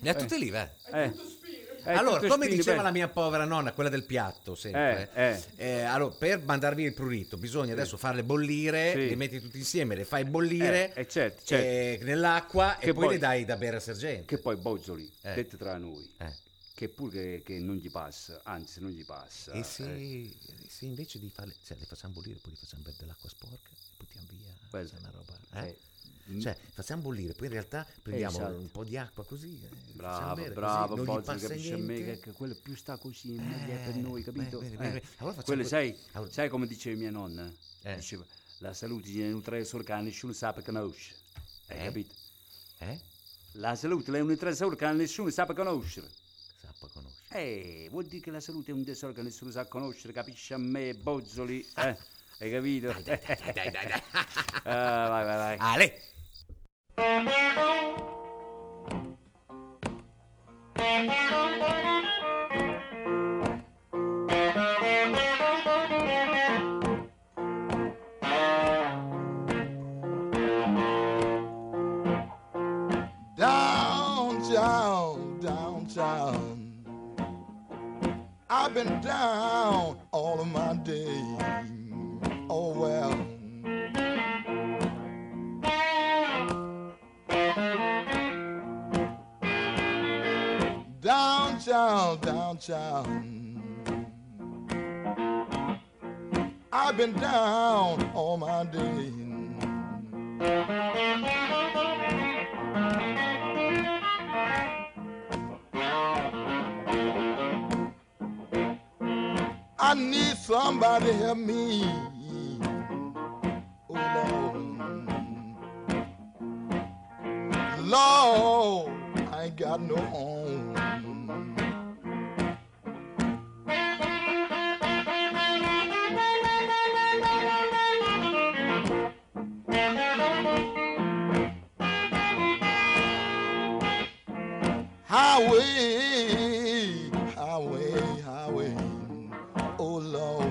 Speaker 3: Le ha tutte lì, va?
Speaker 2: Eh. Eh,
Speaker 3: allora,
Speaker 2: tutto
Speaker 3: come
Speaker 2: spini,
Speaker 3: diceva
Speaker 2: beh.
Speaker 3: la mia povera nonna, quella del piatto, sempre,
Speaker 2: Eh,
Speaker 3: eh, allora, per mandar via il prurito bisogna adesso farle bollire,
Speaker 2: Sì.
Speaker 3: le metti tutti insieme, le fai bollire
Speaker 2: Eh, eh, certo, certo.
Speaker 3: eh, nell'acqua
Speaker 2: Che
Speaker 3: e poi,
Speaker 2: poi-
Speaker 3: le dai da bere al sergente.
Speaker 2: Che poi Bozzoli,
Speaker 3: Eh.
Speaker 2: detto tra noi,
Speaker 3: Eh.
Speaker 2: che pur che, che non gli passa, anzi non gli passa.
Speaker 3: E se,
Speaker 2: eh,
Speaker 3: e se invece di farle, cioè, le facciamo bollire, poi le facciamo bere dell'acqua sporca e buttiamo via,
Speaker 2: Quella-
Speaker 3: cioè, una roba,
Speaker 2: eh,
Speaker 3: eh? Cioè, facciamo bollire, poi in realtà prendiamo
Speaker 2: Esatto.
Speaker 3: un po' di acqua così, eh, facciamo
Speaker 2: Bravo,
Speaker 3: bere,
Speaker 2: bravo,
Speaker 3: così, non gli
Speaker 2: Bozzoli,
Speaker 3: passa
Speaker 2: capisci a me
Speaker 3: niente.
Speaker 2: che, che quello più sta così in meglio è per noi, capito?
Speaker 3: bene,
Speaker 2: Eh,
Speaker 3: bene, bene. Allora facciamo
Speaker 2: quello,
Speaker 3: que-
Speaker 2: sai,
Speaker 3: allora-
Speaker 2: sai come diceva mia nonna?
Speaker 3: Eh.
Speaker 2: Diceva, la salute di nutrezza organa nessuno sa perché conosce, hai
Speaker 3: Eh?
Speaker 2: capito?
Speaker 3: Eh?
Speaker 2: La salute è un nutrezza organa nessuno sa perché conoscere.
Speaker 3: Sappa conosce.
Speaker 2: Eh, vuol dire che la salute è un tesoro che nessuno sa conoscere, capisci a me, Bozzoli? Eh, hai capito? Dai, dai, dai,
Speaker 3: Ah. dai, dai.
Speaker 2: vai, vai, vai.
Speaker 3: Ale!
Speaker 17: downtown, downtown. I've been down all of my day. Oh well. Downtown, downtown. I've been down all my day. I need somebody to help me. Oh Lord. Lord, I ain't got no home. Highway, highway, highway. Oh Lord,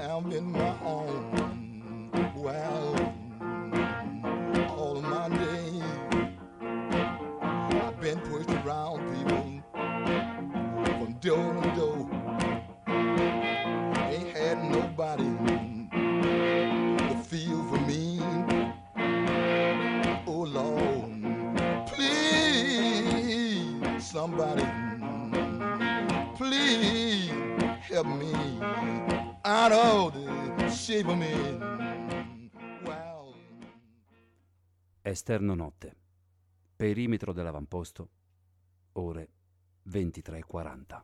Speaker 17: I'm in my own well all of my day. I've been pushed around people from door to door. Ain't had nobody to feel for me. Oh Lord, please somebody please help me out of the shape of me.
Speaker 2: Esterno notte. Perimetro dell'avamposto. Ore 23.40.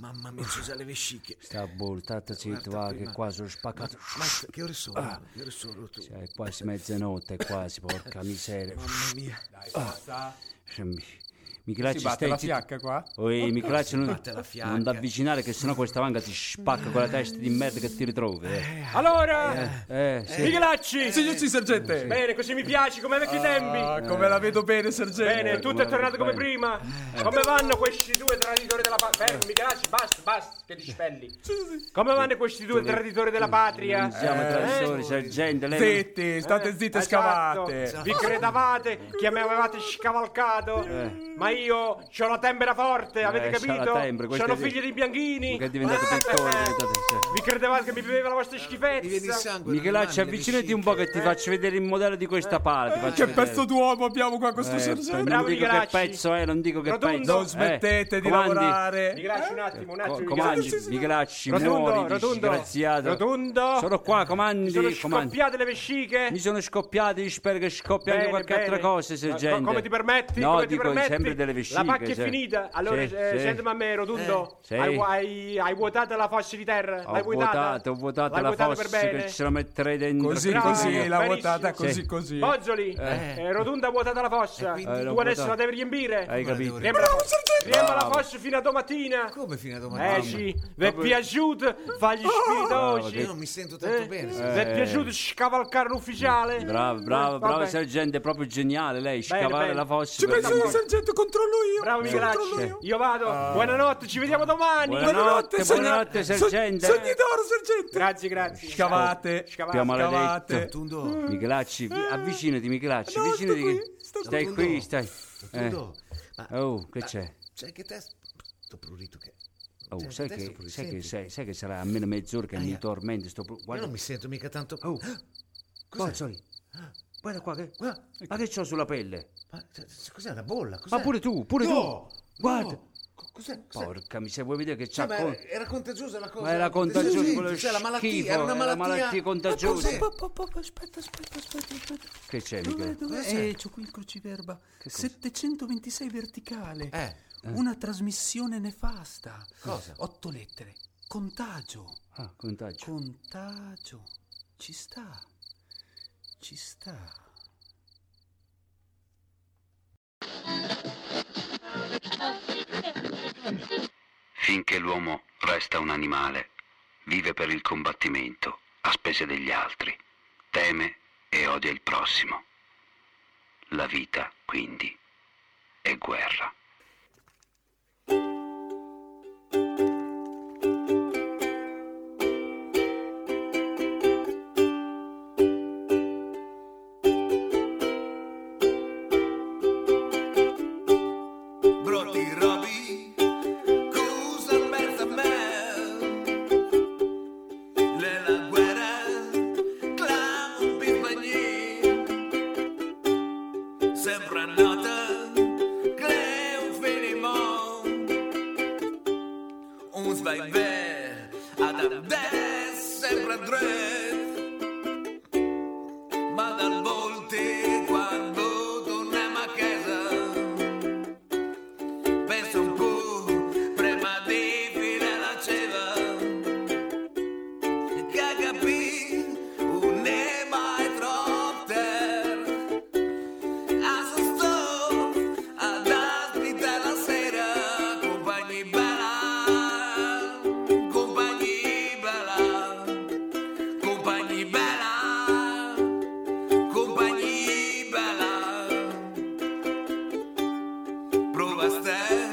Speaker 18: Mamma mia, c'ho già le vesciche.
Speaker 2: Sta voltata zitto,
Speaker 18: Guarda
Speaker 2: va,
Speaker 18: qui,
Speaker 2: che
Speaker 18: ma-
Speaker 2: qua sono spaccato.
Speaker 18: Ma che ore sono?
Speaker 2: Ah.
Speaker 18: Che ore sono tu?
Speaker 2: Cioè, è quasi mezzanotte, è quasi, porca miseria.
Speaker 18: Mamma mia.
Speaker 7: Dai, basta.
Speaker 2: Cioè, mi- Michelacci,
Speaker 7: Si batte
Speaker 2: stai
Speaker 7: la
Speaker 2: zitto.
Speaker 7: fiacca qua?
Speaker 2: Oi, Michelacci,
Speaker 18: si
Speaker 2: non,
Speaker 18: batte la fiacca?
Speaker 2: non ti avvicinare che sennò questa vanga ti spacca quella testa di merda che ti ritrovi. Eh,
Speaker 7: Allora,
Speaker 2: eh sì.
Speaker 7: Michelacci!
Speaker 1: Sì, sì, sergente.
Speaker 7: Bene, così mi piaci, come ai vecchi
Speaker 1: Ah,
Speaker 7: tempi.
Speaker 1: come la vedo bene, sergente.
Speaker 7: Bene, tutto è tornato come prima. Come vanno questi due traditori della patria? Fermi, Michelacci, basta, basta, che ti spelli. Come vanno questi due traditori della patria?
Speaker 2: Siamo
Speaker 7: Eh?
Speaker 2: traditori, cioè, sergente, lei...
Speaker 1: Zitti, state zitti e
Speaker 7: Esatto.
Speaker 1: scavate.
Speaker 7: Vi credavate che mi avevate scavalcato, ma io ho la tempera forte, avete
Speaker 2: Eh, c'ha la
Speaker 7: capito?
Speaker 2: tempra, questo
Speaker 7: Sono
Speaker 2: è di-
Speaker 7: figli di bianchini. Eh.
Speaker 2: Che è diventato pittore. è diventato- sì. Eh,
Speaker 7: Vi credevate che mi beveva la vostra schifezza?
Speaker 2: Michelacci, avvicinati un po' che ti faccio vedere il modello di questa pala. Ti faccio
Speaker 5: Che
Speaker 2: vedere.
Speaker 5: pezzo d'uomo abbiamo qua con sto
Speaker 2: Eh,
Speaker 5: sergente?
Speaker 2: Non dico che pezzo è, non dico che
Speaker 5: Rotondo.
Speaker 2: pezzo. Eh,
Speaker 5: Non smettete di lavorare.
Speaker 7: Michelacci un attimo, un attimo.
Speaker 2: Co-
Speaker 7: Michelacci.
Speaker 2: comandi, Michelacci,
Speaker 7: Rotondo,
Speaker 2: muori,
Speaker 7: rotondo,
Speaker 2: disgraziato.
Speaker 7: rotondo.
Speaker 2: Sono qua, comandi,
Speaker 7: Mi sono
Speaker 2: comandi.
Speaker 7: scoppiate le vesciche?
Speaker 2: Mi sono scoppiate, io spero che scoppi anche
Speaker 7: Bene,
Speaker 2: qualche
Speaker 7: bene.
Speaker 2: altra cosa,
Speaker 7: Ma co-
Speaker 2: sergente.
Speaker 7: come ti permetti?
Speaker 2: No,
Speaker 7: Come ti
Speaker 2: dico
Speaker 7: permetti?
Speaker 2: sempre delle vesciche.
Speaker 7: La pacca è
Speaker 2: sì.
Speaker 7: finita. Allora,
Speaker 2: Sì,
Speaker 7: eh,
Speaker 2: sì.
Speaker 7: senti, ma me, rotondo.
Speaker 2: Eh, sì.
Speaker 7: Hai, hai- hai vuotato la fossa di terra?
Speaker 2: Ho
Speaker 7: l'hai vuotata?
Speaker 2: votato, ho votato
Speaker 7: L'hai
Speaker 2: la
Speaker 7: vuotata per
Speaker 2: fossa
Speaker 7: bene?
Speaker 2: che ce la metterei dentro.
Speaker 5: Così,
Speaker 2: Bravo,
Speaker 5: così, l'ha
Speaker 2: benissimo.
Speaker 5: vuotata così,
Speaker 2: Sì.
Speaker 5: così.
Speaker 7: Bozzoli,
Speaker 2: Eh.
Speaker 7: eh, rotonda vuotata la fossa.
Speaker 2: quindi- Eh, l'ho
Speaker 7: tu adesso
Speaker 2: vuotata.
Speaker 7: la devi riempire.
Speaker 2: Hai capito?
Speaker 7: Riempi la fossa, riempi la
Speaker 2: Bravo.
Speaker 7: fossa fino a domattina. Come fino a
Speaker 2: domattina?
Speaker 7: Eh sì, vi è
Speaker 2: Proprio-
Speaker 7: piaciuto? Fagli
Speaker 2: Bravo,
Speaker 7: spiritosi.
Speaker 2: che- Io non
Speaker 7: mi sento tanto bene. Vi è
Speaker 2: Eh.
Speaker 7: piaciuto scavalcare l'ufficiale?
Speaker 2: Bravo, bravo,
Speaker 7: Eh,
Speaker 2: bravo
Speaker 7: vabbè.
Speaker 2: sergente, è proprio geniale lei,
Speaker 7: Bene,
Speaker 2: scavare
Speaker 7: bene.
Speaker 2: la fossa.
Speaker 7: Ci
Speaker 2: per-
Speaker 7: penso io, sergente.
Speaker 5: Sergente, controllo io.
Speaker 7: Bravo
Speaker 5: Controllo
Speaker 7: Michelacci.
Speaker 5: io.
Speaker 7: Io vado. Buonanotte, ci vediamo domani.
Speaker 2: Buonanotte, Buonanotte, sogna- buonanotte, sogni- sergente. sogni
Speaker 5: d'oro, sergente.
Speaker 7: Grazie, grazie.
Speaker 5: Scavate.
Speaker 7: Scavate.
Speaker 2: Abbiamo
Speaker 5: Scavate.
Speaker 2: maledetto.
Speaker 3: Mm.
Speaker 2: Michelacci, vi- avvicinati Michelacci, avvicinati. che- Stai
Speaker 3: Eh. qui.
Speaker 2: qui, stai.
Speaker 3: Rotondo,
Speaker 2: Eh. Oh, che c'è?
Speaker 3: Sai che te sto prurito che...
Speaker 2: Oh,
Speaker 3: Cioè,
Speaker 2: sai
Speaker 3: adesso
Speaker 2: che,
Speaker 3: pure
Speaker 2: sai, che,
Speaker 3: senti.
Speaker 2: sai, sai che sarà almeno mezz'ora che mi
Speaker 3: Aia.
Speaker 2: tormento sto... pro-
Speaker 3: Io
Speaker 2: Guarda,
Speaker 3: non mi sento mica tanto...
Speaker 2: Oh.
Speaker 3: Cos'è? Ah.
Speaker 2: Bozzoli, guarda qua, che, guarda, ma che c'ho sulla pelle?
Speaker 3: Ma c- c- cos'è una bolla? Cos'è?
Speaker 2: Ma pure tu, pure
Speaker 3: No,
Speaker 2: tu. Guarda,
Speaker 3: Co- Cos'è? cos'è?
Speaker 2: porca miseria, vuoi vedere che
Speaker 3: Cioè,
Speaker 2: c'ha...
Speaker 3: ma
Speaker 2: con-
Speaker 3: era, era contagiosa la cosa.
Speaker 2: Ma era contagioso,
Speaker 3: Sì, sì,
Speaker 2: quello
Speaker 3: cioè, la
Speaker 2: schifo,
Speaker 3: malattia, era una
Speaker 2: era
Speaker 3: malattia.
Speaker 2: malattie contagiose.
Speaker 3: Ma cos'è?
Speaker 6: Aspetta, aspetta, aspetta, aspetta.
Speaker 2: Che c'è,
Speaker 6: Dove,
Speaker 2: Michele?
Speaker 6: dove?
Speaker 3: Cos'è?
Speaker 6: Eh, c'ho qui il cruciverba. 726 verticale.
Speaker 3: Eh.
Speaker 6: Una trasmissione nefasta.
Speaker 3: Cosa?
Speaker 6: Otto lettere. Contagio.
Speaker 2: Ah, contagio.
Speaker 6: Contagio. Ci sta. Ci sta.
Speaker 19: Finché l'uomo resta un animale, vive per il combattimento, a spese degli altri, teme e odia il prossimo. La vita, quindi, è guerra.
Speaker 20: Brody Robbie, cosa pensa a me? Nella guerra, clamo un pimpagni, sembra nota, crea un filimon, un svaivè, ad abdè, sempre dret, ma dal volte quando torniamo a casa, Penso un po' prima di finire la cena Che capì un è mai troppo tardi Assosto ad aspettare la sera Compagni bella, compagni bella Compagni bella, compagni bella Prova stai,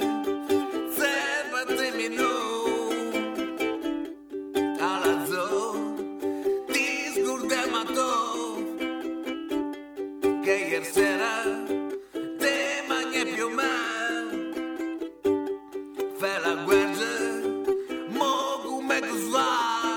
Speaker 20: sempre dimmi no Alla zoo, ti scordiamo a tu Che ieri sera, te mangi più me Fai la guerra, mo come tu sai